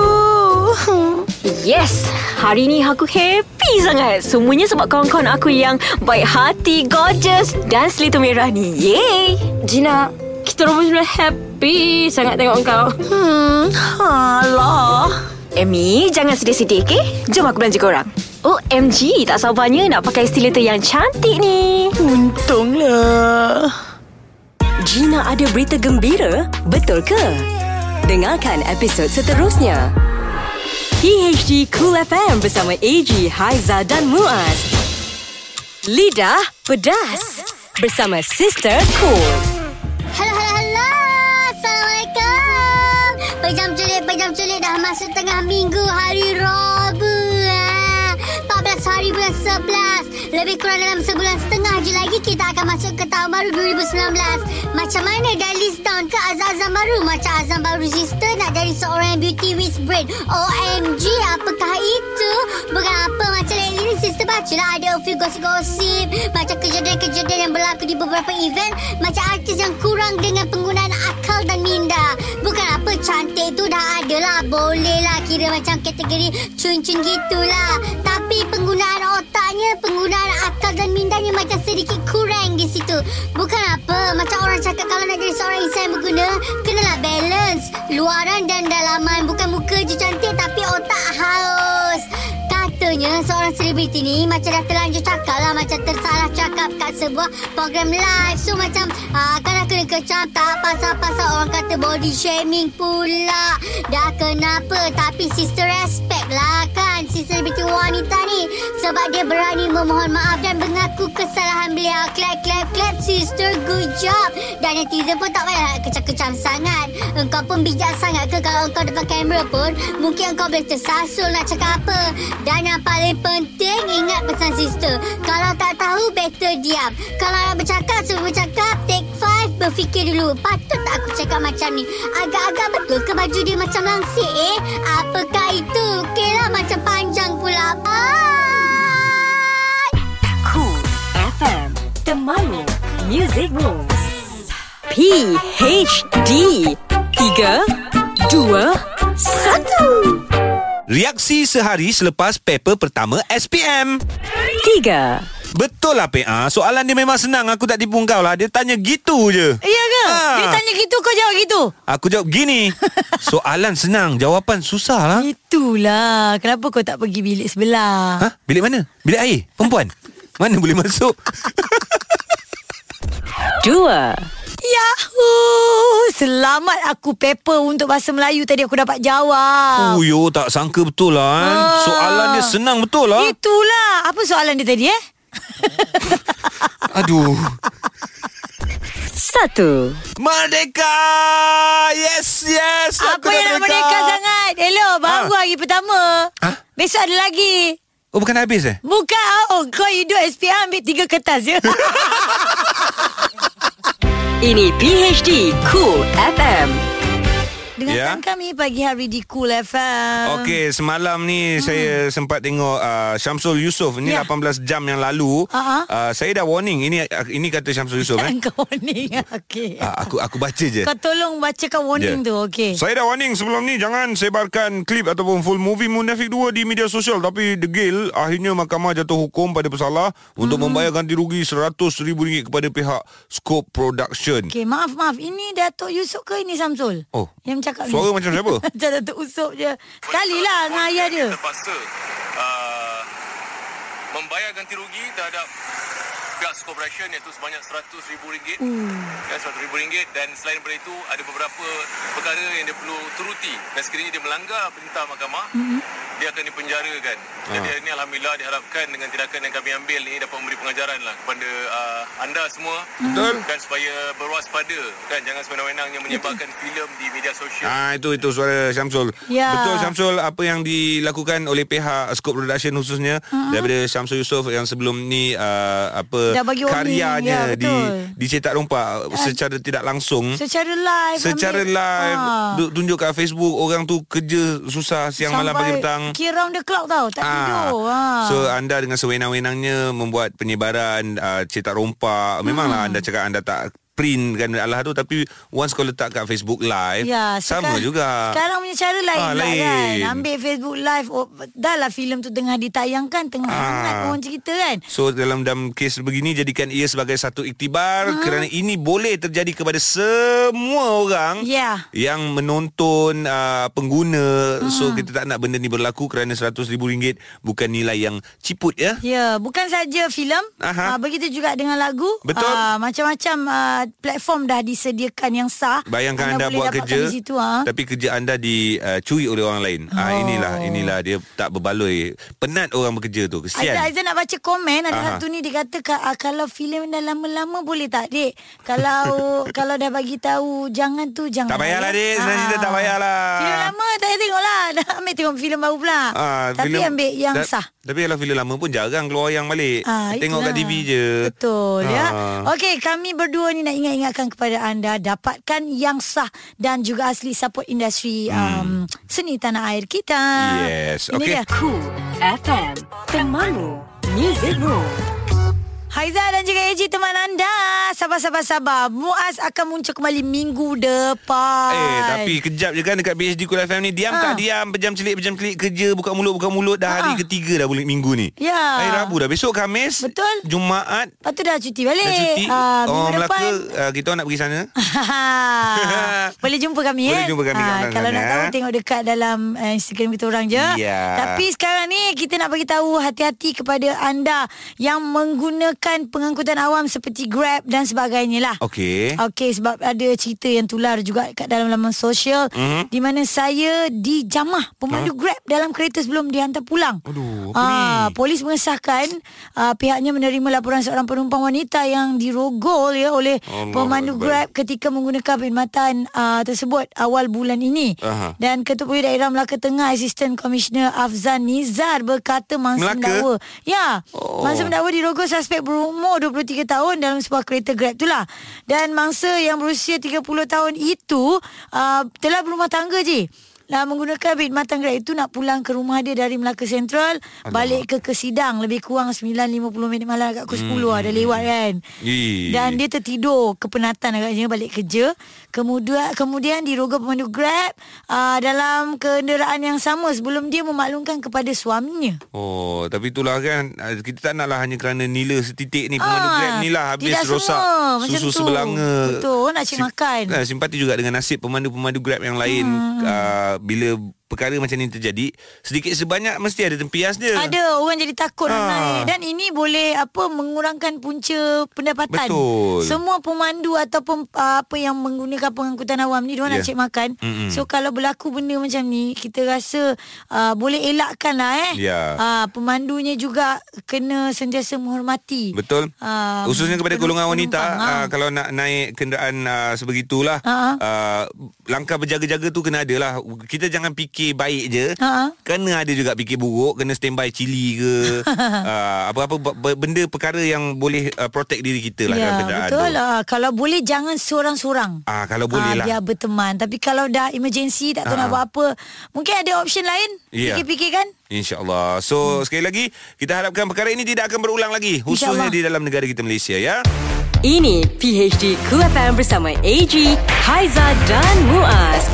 F: Yes, hari ni aku happy sangat. Semuanya sebab kawan-kawan aku yang baik hati, gorgeous dan selito merah ni. Yay! Gina, kita orang semua happy sangat tengok kau.
G: Hmm, alah
F: Amy, jangan sedih-sedih, okay? Jom aku belanja korang. OMG, Oh, tak sabarnya nak pakai stiletto yang cantik ni.
G: Untunglah
A: Gina ada berita gembira, betul ke? Dengarkan episod seterusnya. PHD Cool FM bersama AG, Haiza dan Muaz. Lidah Pedas bersama Sister Cool.
H: Hello, hello, hello. Assalamualaikum. Pejam celik, pejam celik dah masuk tengah minggu hari Rabu. eh. 14 hari bulan 11. Lebih kurang dalam sebulan setengah je lagi kita akan masuk ke tahun baru 2019. Macam mana dah list down ke azam-azam baru? Macam azam baru sister nak jadi seorang yang beauty with brain. OMG, apakah itu? Bukan apa macam lain ni sister baca lah ada a few gosip-gosip. Macam kejadian-kejadian yang berlaku di beberapa event. Macam artis yang kurang dengan penggunaan akal dan minda. Bukan apa cantik tu dah ada lah. Boleh lah kira macam kategori cun-cun gitulah. Tapi penggunaan otaknya, penggunaan akal dan mindanya macam sedikit kurang di situ. Bukan apa, macam orang cakap kalau nak jadi seorang insan yang berguna, kenalah balance. Luaran dan dalaman bukan muka je cantik tapi otak haus. Katanya seorang selebriti ni macam dah terlanjur cakap lah Macam tersalah cakap kat sebuah program live So macam ah, kan dah kena kecam tak pasal-pasal orang kata body shaming pula Dah kenapa tapi sister respect lah kan Si selebriti wanita ni Sebab dia berani memohon maaf dan mengaku kesalahan beliau Clap clap clap sister good job Dan netizen pun tak payah nak kecam-kecam sangat Engkau pun bijak sangat ke kalau engkau depan kamera pun Mungkin engkau boleh tersasul nak cakap apa Dan yang paling penting Ingat pesan sister Kalau tak tahu Better diam Kalau nak bercakap Sebelum bercakap Take five Berfikir dulu Patut tak aku cakap macam ni Agak-agak betul ke Baju dia macam langsir eh Apakah itu Okey lah macam panjang pula Ah! Bye
A: Cool FM Temanmu Music Rules PHD 3 2 1
C: Reaksi sehari selepas paper pertama SPM.
A: 3
C: Betul lah PA. Soalan dia memang senang. Aku tak tipu kau lah. Dia tanya gitu je.
B: Ya ke?
C: Ha.
B: Dia tanya gitu kau jawab gitu.
C: Aku jawab gini.
B: (laughs)
C: Soalan senang. Jawapan susah lah.
B: Itulah Kenapa kau tak pergi bilik sebelah
C: Ha? Bilik mana? Bilik air? Perempuan? Mana boleh masuk?
A: 2
B: Yahoo Selamat aku paper Untuk bahasa Melayu Tadi aku dapat jawab
C: Uyo, Oh, tak sangka betul lah. Eh.
B: Ah.
C: Soalan dia senang betul lah.
B: Itulah Apa soalan dia tadi eh
C: Aduh.
A: 1
C: Merdeka! Yes, yes!
B: Apa yang nak merdeka sangat Hello Baru
C: Ha.
B: hari pertama
C: Ha?
B: Besok ada lagi
C: Oh, bukan dah habis eh?
B: Bukan oh, Kau hidup SPM Ambil tiga kertas ya?
C: (laughs)
B: je
C: Ya.
A: Ini PHD Cool FM
B: Dengarkan
C: Ya.
B: kami Pagi hari di Cool FM (laughs)
C: Okey, semalam ni hmm. saya sempat tengok uh, Syamsul Yusof ni
B: Ya. Ah,
C: yeah. 18 jam yang lalu.
B: Ha-ha.
C: Uh, saya dah warning ini ini kata Syamsul Yusof
B: (laughs)
C: eh.
B: Kau ni Okay
C: Uh, aku aku baca je.
B: Kau tolong bacakan warning
C: Ya.
B: tu Okey
C: Saya dah warning sebelum ni jangan sebarkan klip ataupun full movie Munafik 2 di media sosial tapi degil akhirnya mahkamah jatuh hukum pada pesalah untuk
B: Hmm.
C: membayar ganti rugi RM100,000 kepada pihak Scope Production.
B: Okey, maaf maaf. Ini Datuk Yusof ke ini Samsul?
C: Oh.
B: Yang cakap
C: Suara
B: ni.
C: macam (laughs) siapa?
B: macam Datuk Yusof je. Sekali lah dengan ayah dia.
I: terpaksa uh, membayar ganti rugi terhadap pihak corporation iaitu sebanyak RM100,000 ya, RM100,000 dan selain daripada itu ada beberapa perkara yang dia perlu turuti dan sekiranya dia melanggar perintah mahkamah dia akan dipenjarakan jadi hari ini Alhamdulillah diharapkan dengan tindakan yang kami ambil ini dapat memberi pengajaran lah kepada uh, anda semua
C: Betul.
I: kan supaya berwaspada kan jangan sewenang-wenangnya menyebarkan filem di media sosial
C: Ah itu itu suara Syamsul.
B: Ya.
C: Betul Syamsul apa yang dilakukan oleh pihak Scope Production khususnya uh-huh. daripada Syamsul Yusof yang sebelum ni uh, apa
B: Dah bagi warning. Ya,
C: karyanya di
B: betul. Eh.
C: dicetak rompak secara tidak langsung.
B: Secara live.
C: Secara
B: ambil-
C: live
B: Ha.
C: ha. Tunjuk kat Facebook Orang tu kerja Susah siang Sampai malam
B: Sampai
C: pagi petang Ah.
B: Kira round the clock tau. Tak tidur. Ha.
C: So anda dengan sewenang-wenangnya Membuat penyebaran uh, Cetak rompak
B: Mm.
C: Memanglah anda cakap Anda tak print kan Allah tu Tapi once kau letak kat Facebook live
B: Ya,
C: Sama
B: sekarang-
C: juga
B: Sekarang punya cara lain,
C: Ah,
B: ha, lain. kan.
C: lain.
B: Ambil Facebook live. Oh, dah lah filem tu tengah ditayangkan. Tengah ha.
C: Ah.
B: hangat orang cerita kan.
C: So dalam dalam kes begini jadikan ia sebagai satu iktibar hmm. kerana ini boleh terjadi kepada semua orang
B: Ya.
C: yang menonton uh, pengguna. Hmm. So kita tak nak benda ni berlaku kerana RM100,000 bukan nilai yang ciput ya.
B: Ya, bukan saja filem,
C: Aha.
B: uh, begitu juga dengan lagu.
C: Betul.
B: Ah, macam-macam uh, dah platform dah disediakan yang sah.
C: Bayangkan anda, anda
B: boleh
C: buat
B: dapatkan
C: kerja
B: di situ ha.
C: tapi kerja anda dicuri oleh orang lain. Oh. Ah inilah inilah dia tak berbaloi. Penat orang bekerja tu. Kesian.
B: Aizan, Aizan nak baca komen Ada
C: Aha.
B: satu ni dia kata "Ka- ah, Kalau filem dah lama-lama boleh tak Dek
C: (laughs)
B: Kalau kalau dah bagi tahu Jangan tu jangan ya." Ah,
C: Tak payahlah, Dek. Senang cerita, tak payahlah.
B: Filem lama tak payah tengok lah Dah ambil tengok filem baru pula
C: Ah,
B: Tapi
C: filem-
B: ambil yang
C: da-
B: sah
C: Tapi kalau filem lama pun jarang keluar yang balik.
B: Ah,
C: eh, Tengok kat
B: itulah.
C: TV je.
B: Betul ya.
C: Ah.
B: Okey, kami berdua ni nak ingat-ingatkan kepada anda dapatkan yang sah dan juga asli support industri um, seni tanah air kita.
C: Hmm. Yes,
B: Ini
C: okey.
B: dia.
A: Cool FM Temanmu Music Room
B: Haiza dan juga Eji teman anda. Sabar sabar sabar. Muaz akan muncul kembali minggu depan.
C: Eh tapi kejap je kan dekat PhD Kul FM ni diam
B: Ah.
C: ha. tak diam pejam celik pejam celik kerja buka mulut buka mulut dah hari
B: Ah.
C: ketiga dah bulan minggu ni.
B: Ya.
C: Hari Rabu dah besok Khamis.
B: Betul.
C: Jumaat
B: Lepas tu dah cuti balik.
C: dah cuti.
B: Ah, minggu
C: Orang Melaka (laughs)
B: depan.
C: ah, kita orang nak pergi sana.
B: Boleh jumpa kami
C: Boleh
B: eh?
C: jumpa kami kat
B: Ah, Kalau
C: sana,
B: nak tahu
C: eh.
B: Tengok dekat dalam uh, Instagram kita orang je
C: Ya.
B: Tapi sekarang ni Kita nak bagi tahu Hati-hati kepada anda Yang menggunakan Pengangkutan awam Seperti Grab Dan sebagainya lah
C: Okey.
B: Okey sebab ada cerita yang tular juga kat dalam laman sosial
C: Mhm.
B: mm-hmm. di mana saya dijamah pemandu Grab dalam kereta sebelum dihantar pulang.
C: Aduh, apa
B: Ah,
C: ni?
B: polis mengesahkan ah, pihaknya menerima laporan seorang penumpang wanita yang dirogol ya oleh
C: Allah
B: pemandu
C: Akbar.
B: Grab Grab ketika menggunakan perkhidmatan uh, tersebut awal bulan ini.
C: Aha.
B: Dan Ketua Polis Daerah Melaka Tengah Asisten Komisioner Afzan Nizar berkata mangsa
C: Melaka?
B: mendakwa. Ya, oh.
C: Oh.
B: mangsa mendakwa dirogol suspek berumur 23 tahun dalam sebuah kereta Grab itulah. Dan mangsa yang berusia 30 tahun itu uh, telah berumah tangga je. Lah menggunakan perkhidmatan Grab itu nak pulang ke rumah dia dari Melaka Sentral balik ke Kesidang lebih kurang 9.50 minit malam agak pukul 10 hmm. dah lewat kan.
C: Ih.
B: Dan dia tertidur kepenatan agaknya balik kerja. Kemudian kemudian diroga pemandu Grab uh, dalam kenderaan yang sama sebelum dia memaklumkan kepada suaminya.
C: Oh, tapi itulah kan ah, kita tak naklah hanya kerana nila setitik ni pemandu
B: Ah,
C: Grab ni lah habis
B: tidak
C: rosak
B: semua macam
C: susu
B: tu.
C: sebelanga.
B: Betul, orang nak cari makan.
C: ah, Simpati juga dengan nasib pemandu-pemandu Grab yang lain hmm. uh, bila perkara macam ni terjadi, sedikit sebanyak mesti ada tempias dia.
B: Ada orang jadi takut nak
C: Ah.
B: naik dan ini boleh apa mengurangkan punca pendapatan.
C: Betul.
B: Semua pemandu ataupun uh, apa yang menggunakan pengangkutan awam ni dia yeah. nak
C: Ya.
B: cek makan. Mm-hmm. So kalau berlaku benda macam ni kita rasa uh, boleh elakkan lah eh.
C: Ya.
B: Uh, pemandunya juga kena sentiasa menghormati.
C: Betul.
B: Ah,
C: Um, Khususnya kepada golongan wanita
B: penumpang, ah.
C: uh, kalau nak naik kenderaan uh, sebegitulah
B: Ah,
C: uh-huh. uh, langkah berjaga-jaga tu kena ada lah. Kita jangan fikir baik je.
B: Ah, ah.
C: Kena ada juga fikir buruk, kena standby cili
B: (laughs)
C: ke uh, apa-apa b- b- benda perkara yang boleh uh, protect diri kita lah dalam kenderaan
B: Ya, betul
C: tu.
B: lah. Kalau boleh jangan seorang-seorang.
C: Ah, kalau boleh
B: Ah,
C: lah.
B: Biar berteman. Tapi kalau dah emergency tak tahu nak
C: Ah.
B: buat apa, mungkin ada option lain.
C: Ya.
B: Fikir-fikir kan?
C: InsyaAllah So hmm. sekali lagi Kita harapkan perkara ini Tidak akan berulang lagi Khususnya
B: InsyaAllah.
C: di dalam negara kita Malaysia
B: (laughs)
C: ya
A: Ini PHD Cool FM bersama AG, Haiza dan Muaz.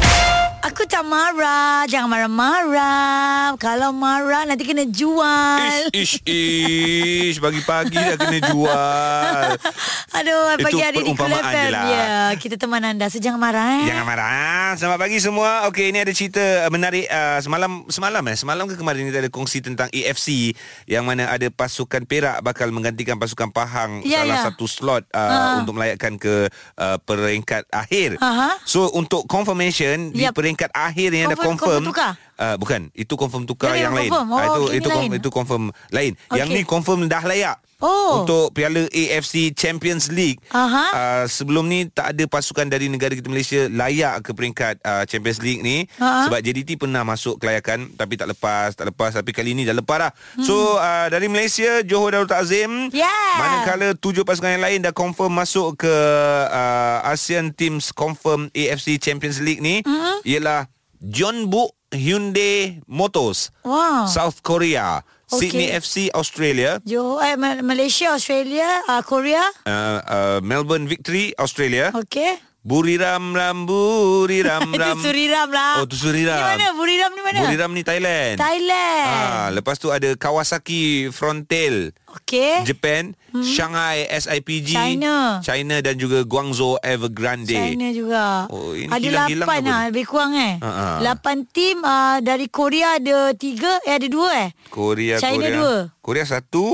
B: Aku tak marah. Jangan marah-marah. Kalau marah nanti kena jual.
C: Ish ish ish Pagi-pagi dah kena jual
B: (laughs) Aduh,
C: Itu
B: pagi hari di Kul
C: perumpamaan je
B: FM.
C: lah.
B: Ya, kita teman anda. So jangan marah eh.
C: Jangan marah. ah. Selamat pagi semua. Okey, ini ada cerita uh, menarik uh, semalam semalam eh semalam ke kemarin kita ada kongsi tentang AFC yang mana ada pasukan Perak bakal menggantikan pasukan Pahang
B: Ya,
C: salah
B: ya. ha.
C: satu slot uh, untuk melayakkan ke uh, peringkat akhir.
B: Aha.
C: So untuk confirmation di
B: Ha, Yap.
C: peringkat akhir yang dah
B: Confirm-
C: confirm,
B: confirm tukar?
C: Uh, bukan, itu confirm tukar
B: Ya, ya,
C: yang lain.
B: confirm.
C: Ah,
B: Oh,
C: itu
B: okey, ni
C: itu confirm,
B: lain.
C: itu confirm lain. Yang
B: Okey.
C: ni confirm dah layak.
B: Oh.
C: Untuk Piala AFC Champions League.
B: Aha.
C: Uh, sebelum ni tak ada pasukan dari negara kita Malaysia layak ke peringkat uh, Champions League ni
B: Ha.
C: sebab JDT pernah masuk kelayakan tapi tak lepas tak lepas tapi kali ni dah lepas dah. Hmm. So uh, dari Malaysia Johor Darul Takzim
B: Yeah.
C: manakala tujuh pasukan yang lain dah confirm masuk ke uh, ASEAN Teams confirm AFC Champions League ni hmm. ialah John Book Hyundai Motors
B: Wow.
C: South Korea
B: Oh. Okay.
C: Sydney FC Australia
B: Johor, eh, Ma- Malaysia, Australia, uh, Korea.
C: uh, uh, Melbourne Victory Australia
B: Okey.
C: Buriram ram buriram
B: (laughs) Itu
C: ram.
B: Suriram lah.
C: Oh tu Suriram.
B: Ni mana? Buriram ni mana?
C: Buriram ni Thailand. Ah,
B: Thailand.
C: lepas tu ada Kawasaki Frontail.
B: Okey.
C: Japan, hmm. Shanghai
B: Eh.
C: SIPG,
B: China.
C: China dan juga Guangzhou Evergrande.
B: China juga.
C: Oh, ini
B: ada
C: hilang-hilang
B: lapan
C: apa
B: lah,
C: ni?
B: lebih kurang eh.
C: Ha, ha.
B: Lapan tim uh, dari Korea ada tiga, eh ada dua eh.
C: Korea
B: China
C: Korea.
B: dua.
C: Korea satu,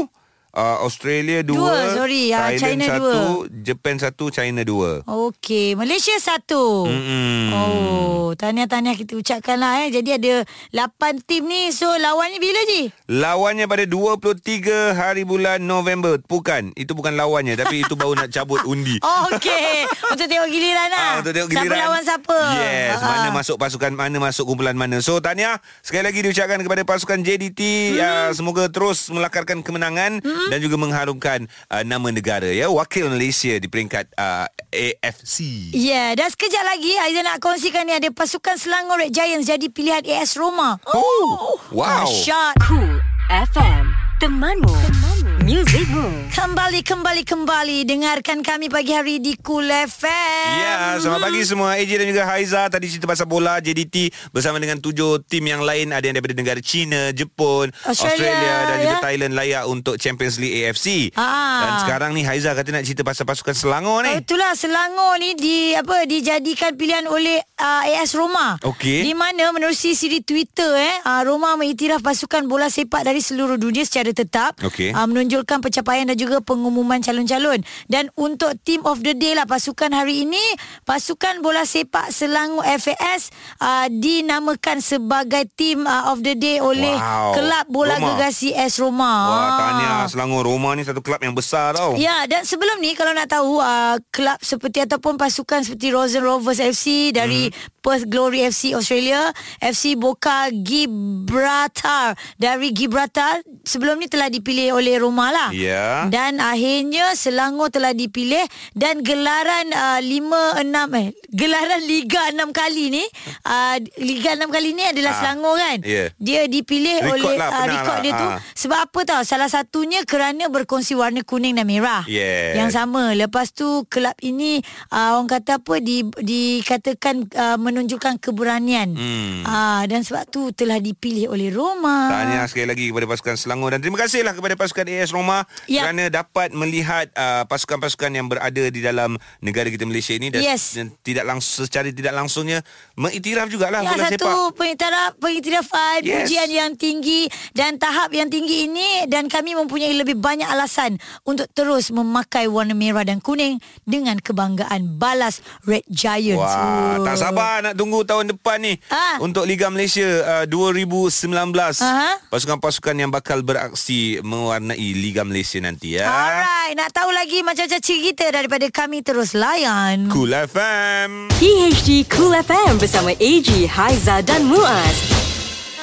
C: uh, Australia
B: Dua,
C: dua,
B: sorry. Ah,
C: Thailand
B: China
C: satu,
B: dua.
C: Japan satu, China dua. Hmm.
B: Okey, Malaysia satu.
C: Mm-mm.
B: Oh, tahniah-tahniah kita ucapkan lah eh. Jadi ada 8 tim ni. So, lawannya bila je?
C: Lawannya pada 23 hari bulan November. Bukan, itu bukan lawannya tapi itu baru nak cabut undi.
B: (laughs) Oh,
C: (laughs)
B: okey. untuk tengok giliran lah.
C: Ah, untuk tengok giliran.
B: Siapa lawan siapa.
C: Yes,
B: Ah,
C: mana
B: ah.
C: masuk pasukan mana masuk kumpulan mana. So tahniah sekali lagi diucapkan kepada pasukan JDT hmm. uh, semoga terus melakarkan kemenangan hmm. dan juga mengharumkan uh, nama negara ya wakil Malaysia di peringkat uh, AFC.
B: Ya, yeah, dan sekejap lagi Aiza nak kongsikan ni ada pasukan Selangor Red Giants jadi pilihan AS Roma.
C: Oh, wow.
B: Shot.
A: Cool FM Temanmu, Temanmu. Musicmu
B: Kembali, kembali, kembali. Dengarkan kami pagi hari di Cool FM.
C: Ya, selamat pagi semua AJ dan juga Haiza Tadi cerita pasal bola JDT Bersama dengan tujuh tim yang lain Ada yang daripada negara China, Jepun,
B: Australia,
C: Australia, Dan juga
B: ya.
C: Thailand layak untuk Champions League AFC
B: Ah.
C: Dan sekarang ni Haiza kata nak cerita pasal pasukan Selangor ni
B: Oh, itulah Selangor ni di apa dijadikan pilihan oleh uh, AS Roma.
C: Okey.
B: Di mana menerusi siri Twitter eh uh, Roma mengiktiraf pasukan bola sepak dari seluruh dunia secara tetap
C: Okey.
B: uh, menonjolkan pencapaian dan juga pengumuman calon-calon. Dan untuk team of the day lah pasukan hari ini pasukan bola sepak Selangor FAS uh, dinamakan sebagai team uh, of the day oleh
C: Wow.
B: kelab bola
C: Roma.
B: gegasi AS Roma.
C: Wah,
B: Ah.
C: tahniah Selangor Roma ni satu klub yang besar tau
B: Ya, dan sebelum ni kalau nak tahu uh, klub seperti ataupun pasukan seperti Rosen Rovers FC dari
C: Hmm.
B: mm. Perth Glory FC Australia, FC Boca Gibraltar dari Gibraltar sebelum ni telah dipilih oleh Roma lah.
C: Ya.
B: Dan akhirnya Selangor telah dipilih dan gelaran uh, 5 6 eh gelaran Liga 6 kali ni uh, Liga 6 kali ni adalah
C: Ah,
B: Selangor kan.
C: ya.
B: Dia dipilih
C: Rekod
B: oleh
C: lah,
B: uh,
C: pernah
B: rekod
C: lah,
B: dia tu
C: ah.
B: sebab apa tau Salah satunya kerana berkongsi warna kuning dan merah
C: Yes.
B: Yang sama Lepas tu kelab ini uh, Orang kata apa di, Dikatakan uh, menunjukkan keberanian
C: Hmm.
B: uh, Dan sebab tu telah dipilih oleh Roma
C: Tahniah sekali lagi kepada pasukan Selangor dan terima kasihlah kepada pasukan AS Roma
B: Ya.
C: kerana dapat melihat uh, pasukan-pasukan yang berada di dalam negara kita Malaysia ini dan,
B: Yes.
C: dan tidak langsung secara tidak langsungnya mengiktiraf jugalah
B: Ya,
C: bola
B: satu
C: sepak.
B: pengiktiraf, pengiktirafan, yes.
C: Yes.
B: pujian yang tinggi dan tahap yang tinggi ini dan kami mempunyai lebih banyak alasan untuk terus memakai warna merah dan kuning dengan kebanggaan balas Red Giants.
C: Wah,
B: Oh.
C: tak sabar nak tunggu tahun depan ni
B: Ah.
C: untuk Liga Malaysia uh, 2019.
B: Aha.
C: Pasukan-pasukan yang bakal beraksi mewarnai Liga Malaysia nanti ya.
B: Alright, nak tahu lagi macam-macam cerita daripada kami terus layan.
C: Cool FM.
A: PHD Cool FM bersama AG, Haiza dan Muaz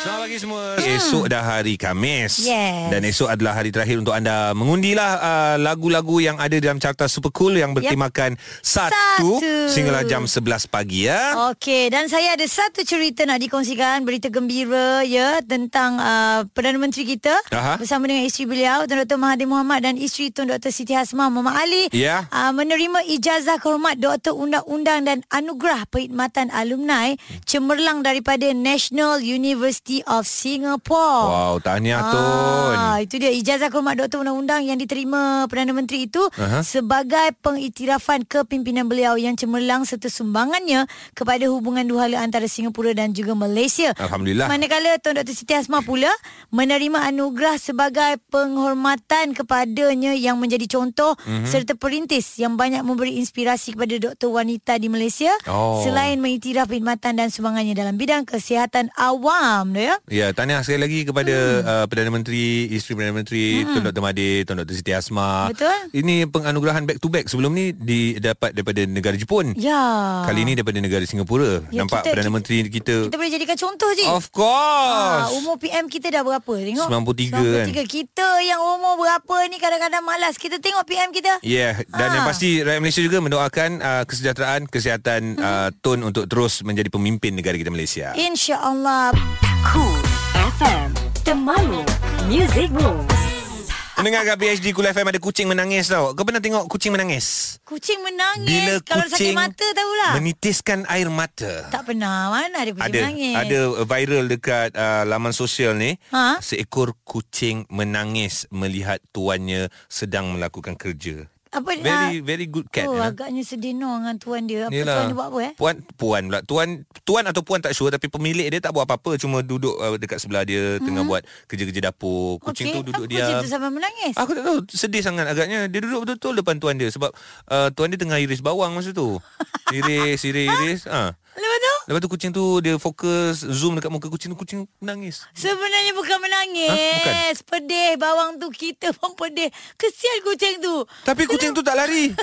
C: Selamat pagi semua. Esok dah hari Khamis.
B: Ah. Yes.
C: Dan esok adalah hari terakhir untuk anda mengundilah uh, lagu-lagu yang ada dalam carta Super Cool yang bertemakan satu,
B: Satu. Oh.
C: sehinggalah jam 11 pagi ya.
B: Okey, dan saya ada satu cerita nak dikongsikan, berita gembira ya tentang uh, Perdana Menteri kita
C: Aha.
B: bersama dengan isteri beliau Tun Dr. Mahathir Mohamad dan isteri Tun Dr. Siti Hasmah Muhammad Ali
C: Ya.
B: uh, menerima ijazah kehormat Doktor Undang-Undang dan Anugerah Perkhidmatan Alumni
C: Hmm.
B: cemerlang daripada National University of Singapore.
C: Wow, tahniah Tun.
B: Ah, itu dia ijazah kehormat Doktor Undang-Undang yang diterima Perdana Menteri itu uh-huh. sebagai pengiktirafan kepimpinan beliau yang cemerlang serta sumbangannya kepada hubungan duhala antara Singapura dan juga Malaysia.
C: Alhamdulillah.
B: Manakala Tuan Dr. Siti Hasmah pula menerima anugerah sebagai penghormatan kepadanya yang menjadi contoh
C: Mhm.
B: mm-hmm. serta perintis yang banyak memberi inspirasi kepada doktor wanita di Malaysia
C: Oh.
B: selain mengiktiraf khidmatan dan sumbangannya dalam bidang kesihatan awam dia.
C: Ya, tahniah sekali lagi kepada hmm. uh, Perdana Menteri, isteri Perdana Menteri, hmm. Tun Dr. Mahathir, Tun Dr. Siti Asma.
B: Betul.
C: Ini penganugerahan back to back. Sebelum ni didapat daripada negara Jepun.
B: Ya.
C: Kali ni daripada negara Singapura.
B: Ya,
C: Nampak
B: kita-
C: Perdana
B: kita-
C: Menteri kita,
B: Kita boleh jadikan contoh je.
C: Of course.
B: Ah, umur PM kita dah berapa? Tengok.
C: 93
B: 93. Kita yang umur berapa ni kadang-kadang malas. Kita tengok PM kita.
C: Yeah,
B: Ha.
C: dan ha. yang pasti rakyat Malaysia juga mendoakan uh, kesejahteraan, kesihatan uh,
B: Mm-hmm.
C: Tun untuk terus menjadi pemimpin negara kita Malaysia.
B: InsyaAllah.
A: Cool FM Temanmu, Musicmu
C: Mendengarkan PhD Kul FM ada kucing menangis tau. Kau pernah tengok kucing menangis?
B: Kucing menangis.
C: Bila
B: Kalau sakit
C: kucing
B: mata tahulah.
C: menitiskan air mata.
B: tak pernah. Mana ada kucing
C: ada
B: menangis.
C: ada viral dekat uh, laman sosial ni
B: Ha?
C: seekor kucing menangis melihat tuannya sedang melakukan kerja.
B: apa
C: Very very good
B: ah,
C: cat.
B: Oh,
C: you know.
B: agaknya sedih no dengan tuan dia. Apa
C: Yelah.
B: tuan dia buat apa eh?
C: Puan puan pula. Tuan tuan atau puan tak sure tapi pemilik dia tak buat apa-apa cuma duduk uh, dekat sebelah dia
I: Mhm.
C: hmm. tengah buat kerja-kerja dapur. Kucing
B: Okey,
C: tu
B: apa
C: duduk
B: Kucing
C: diam.
B: tu sampai menangis.
C: Aku tak tahu sedih sangat agaknya dia duduk betul-betul depan tuan dia sebab uh, tuan dia tengah iris bawang masa
I: (laughs)
C: tu. Iris, iris, iris. Ha.
B: Lepas tu
C: Lepas tu kucing tu dia fokus zoom dekat muka kucing tu kucing menangis.
B: Sebenarnya bukan menangis
C: Ha? Bukan.
B: Pedih Bawang tu kita pun pedih Kesian kucing tu
C: Tapi kucing tu tak lari.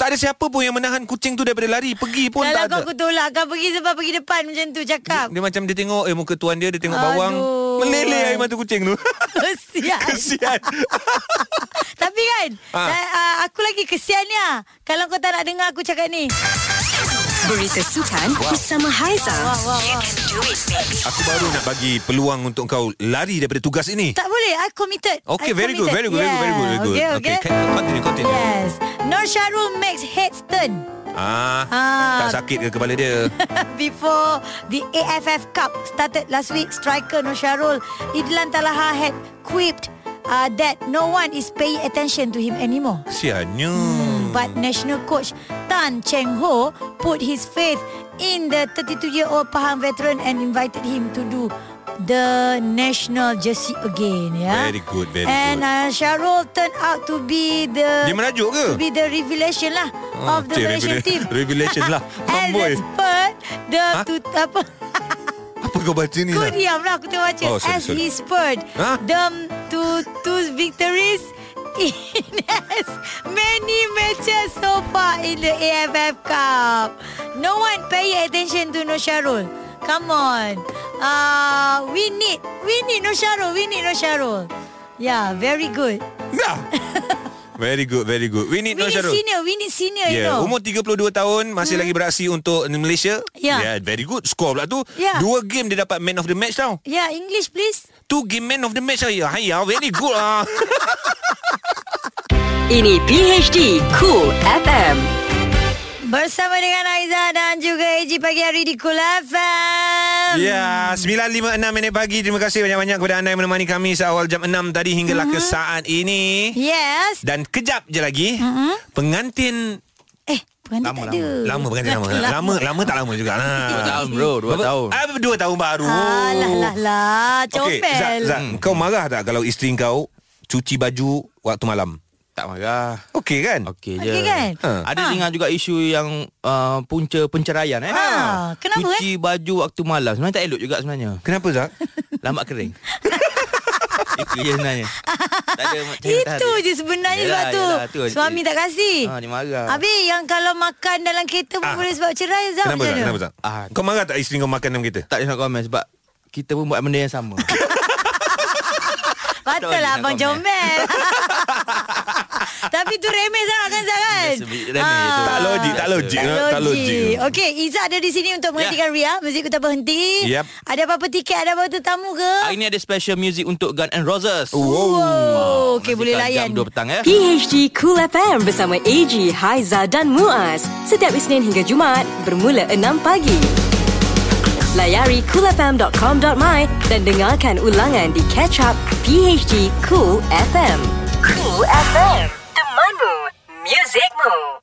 C: tak ada siapa pun yang menahan kucing tu daripada lari. Pergi pun
B: Kalau
C: tak ada.
B: kau aku tolak Kau pergi sebab pergi depan Macam tu cakap
C: Dia macam dia tengok eh muka tuan dia dia tengok bawang.
B: Aduh.
C: Meleleh
B: (laughs)
C: air mata kucing
J: (laughs)
C: tu.
B: Kesian
C: Kesian.
B: (laughs) Tapi kan
C: Ha.
B: saya- ah, Aku lagi kesian ya Kalau kau tak nak dengar aku cakap ni
A: Berita sukan bersama Haiza.
B: Wah wah wah
C: Aku baru nak bagi peluang untuk kau lari daripada tugas ini.
B: Tak boleh I committed I
C: Okay, very good, very
B: committed.
C: good, very good, very good,
B: Yeah,
C: very good.
B: Okay, okay,
C: can- continue, continue.
B: Yes Nur Syarul makes heads turn (laughs)
C: Ah,
B: Ah.
C: tak sakit ke kepala
B: (laughs)
C: dia?
B: before the AFF Cup started last week, striker Nur Syarul Idlan Talaha had quipped uh, that no one is paying attention to him anymore.
C: Siannya.
B: But national coach Tan Cheng Ho put his faith in the 32-year-old Pahang veteran and invited him to do the national jersey again. Yeah?
C: Very good, very
B: and,
C: good.
B: uh, Syarul turned out to be the
C: Dia merajuk ke?
B: to be the revelation lah
C: Ah,
B: of the
C: cik,
B: Malaysian
C: revela-
B: team.
C: revelation lah.
B: and
C: Amboi.
B: the spurt the
C: Ha?
B: to, apa?
C: Apa kau baca ni?
B: Kau
C: Lah?
B: diam lah aku tengah baca.
C: Oh, sorry,
B: As
C: sorry.
B: he spurred
C: Ha?
B: them to two victories in (laughs) as many matches so far in the AFF Cup. No one pay attention to Nur Syarul. Come on. Uh, we need, we need Nur Syarul. We need Nur Syarul. Yeah, very good.
C: Nah. (laughs) Very good, very good. We need
B: We
C: Nur
B: need
C: Syarul.
B: senior. We need senior, you
C: Ya,
B: know.
C: yeah, umur 32 tahun masih hmm. lagi beraksi untuk Malaysia.
B: Ya.
C: yeah, very good. Skor pula tu.
B: Ya.
C: Dua game dia dapat man of the match tau.
B: yeah, English please.
C: Tu game man of the match tau. Ya, ya, very good lah.
B: (laughs)
A: Ini PHD Cool FM.
B: Bersama dengan Aiza dan juga Eji pagi hari di Kul FM.
C: Ya, 9.56 minit pagi. Terima kasih banyak-banyak kepada anda yang menemani kami seawal jam 6 tadi hinggalah
B: Mhm.
C: mm-hmm. ke saat
B: Ya.
C: ini.
B: Yes.
C: Dan kejap je lagi,
B: Mhm.
C: mm-hmm. pengantin
B: Eh, pengantin tak ada.
C: lama. Lama pengantin lama. Lama lama tak lama juga. Ha.
D: Dua tahun bro Dua
C: Berapa-
D: tahun
C: Ah, dua tahun baru.
B: Alah lah lah,
C: Oh. Okey, Zat,
B: comel.
C: Zat, kau marah tak kalau isteri kau cuci baju waktu malam?
J: Tak marah.
C: Okey kan?
J: Okey je.
B: Okey kan?
C: Ha.
J: Ada dengar juga isu yang uh, punca penceraian eh.
B: Ha, kenapa,
J: Cuci baju waktu malam. Sebenarnya tak elok juga sebenarnya.
C: Kenapa Zak?
J: Lamat
B: (laughs)
J: kering. Itu je sebenarnya. Tak ada macam
B: Itu je sebenarnya sebab
J: Yelah,
B: tu.
J: yelah, tu.
B: Suami tak kasih.
J: Ha, dia marah.
B: Habis yang kalau makan dalam kereta pun
C: Ah.
B: boleh sebab cerai Zat macam
C: Kenapa Zak?
B: mana?
C: Kenapa Zak?
J: Ah.
C: Kau marah tak isteri kau makan dalam kereta?
J: Tak ada nak komen sebab kita pun buat benda yang sama.
B: Patutlah
J: Tak boleh
B: abang
J: nak
C: (laughs)
B: comel. Tapi tu remeh sangat kan Zat kan?
J: Biasa remeh
B: Ah.
J: tu.
C: Tak logik, tak logik. eh,
B: Tak
C: Tak logik. Ya.
B: logik. Okey, Izzah ada di sini untuk menggantikan Ria. Muzik kita berhenti.
C: Yap.
B: Ada apa-apa tiket, ada apa-apa tetamu ke?
J: Hari ni ada special music untuk Gun and Roses.
B: Wow. Okey,
J: Nantikan
B: boleh layan.
J: Jam 2 petang ya.
A: PHD Cool FM bersama AG, Haiza dan Muaz. Setiap Isnin hingga Jumaat bermula 6 pagi. Layari coolfm.com.my dan dengarkan ulangan di catch up PHD Cool FM. Cool FM, temanmu, muzikmu.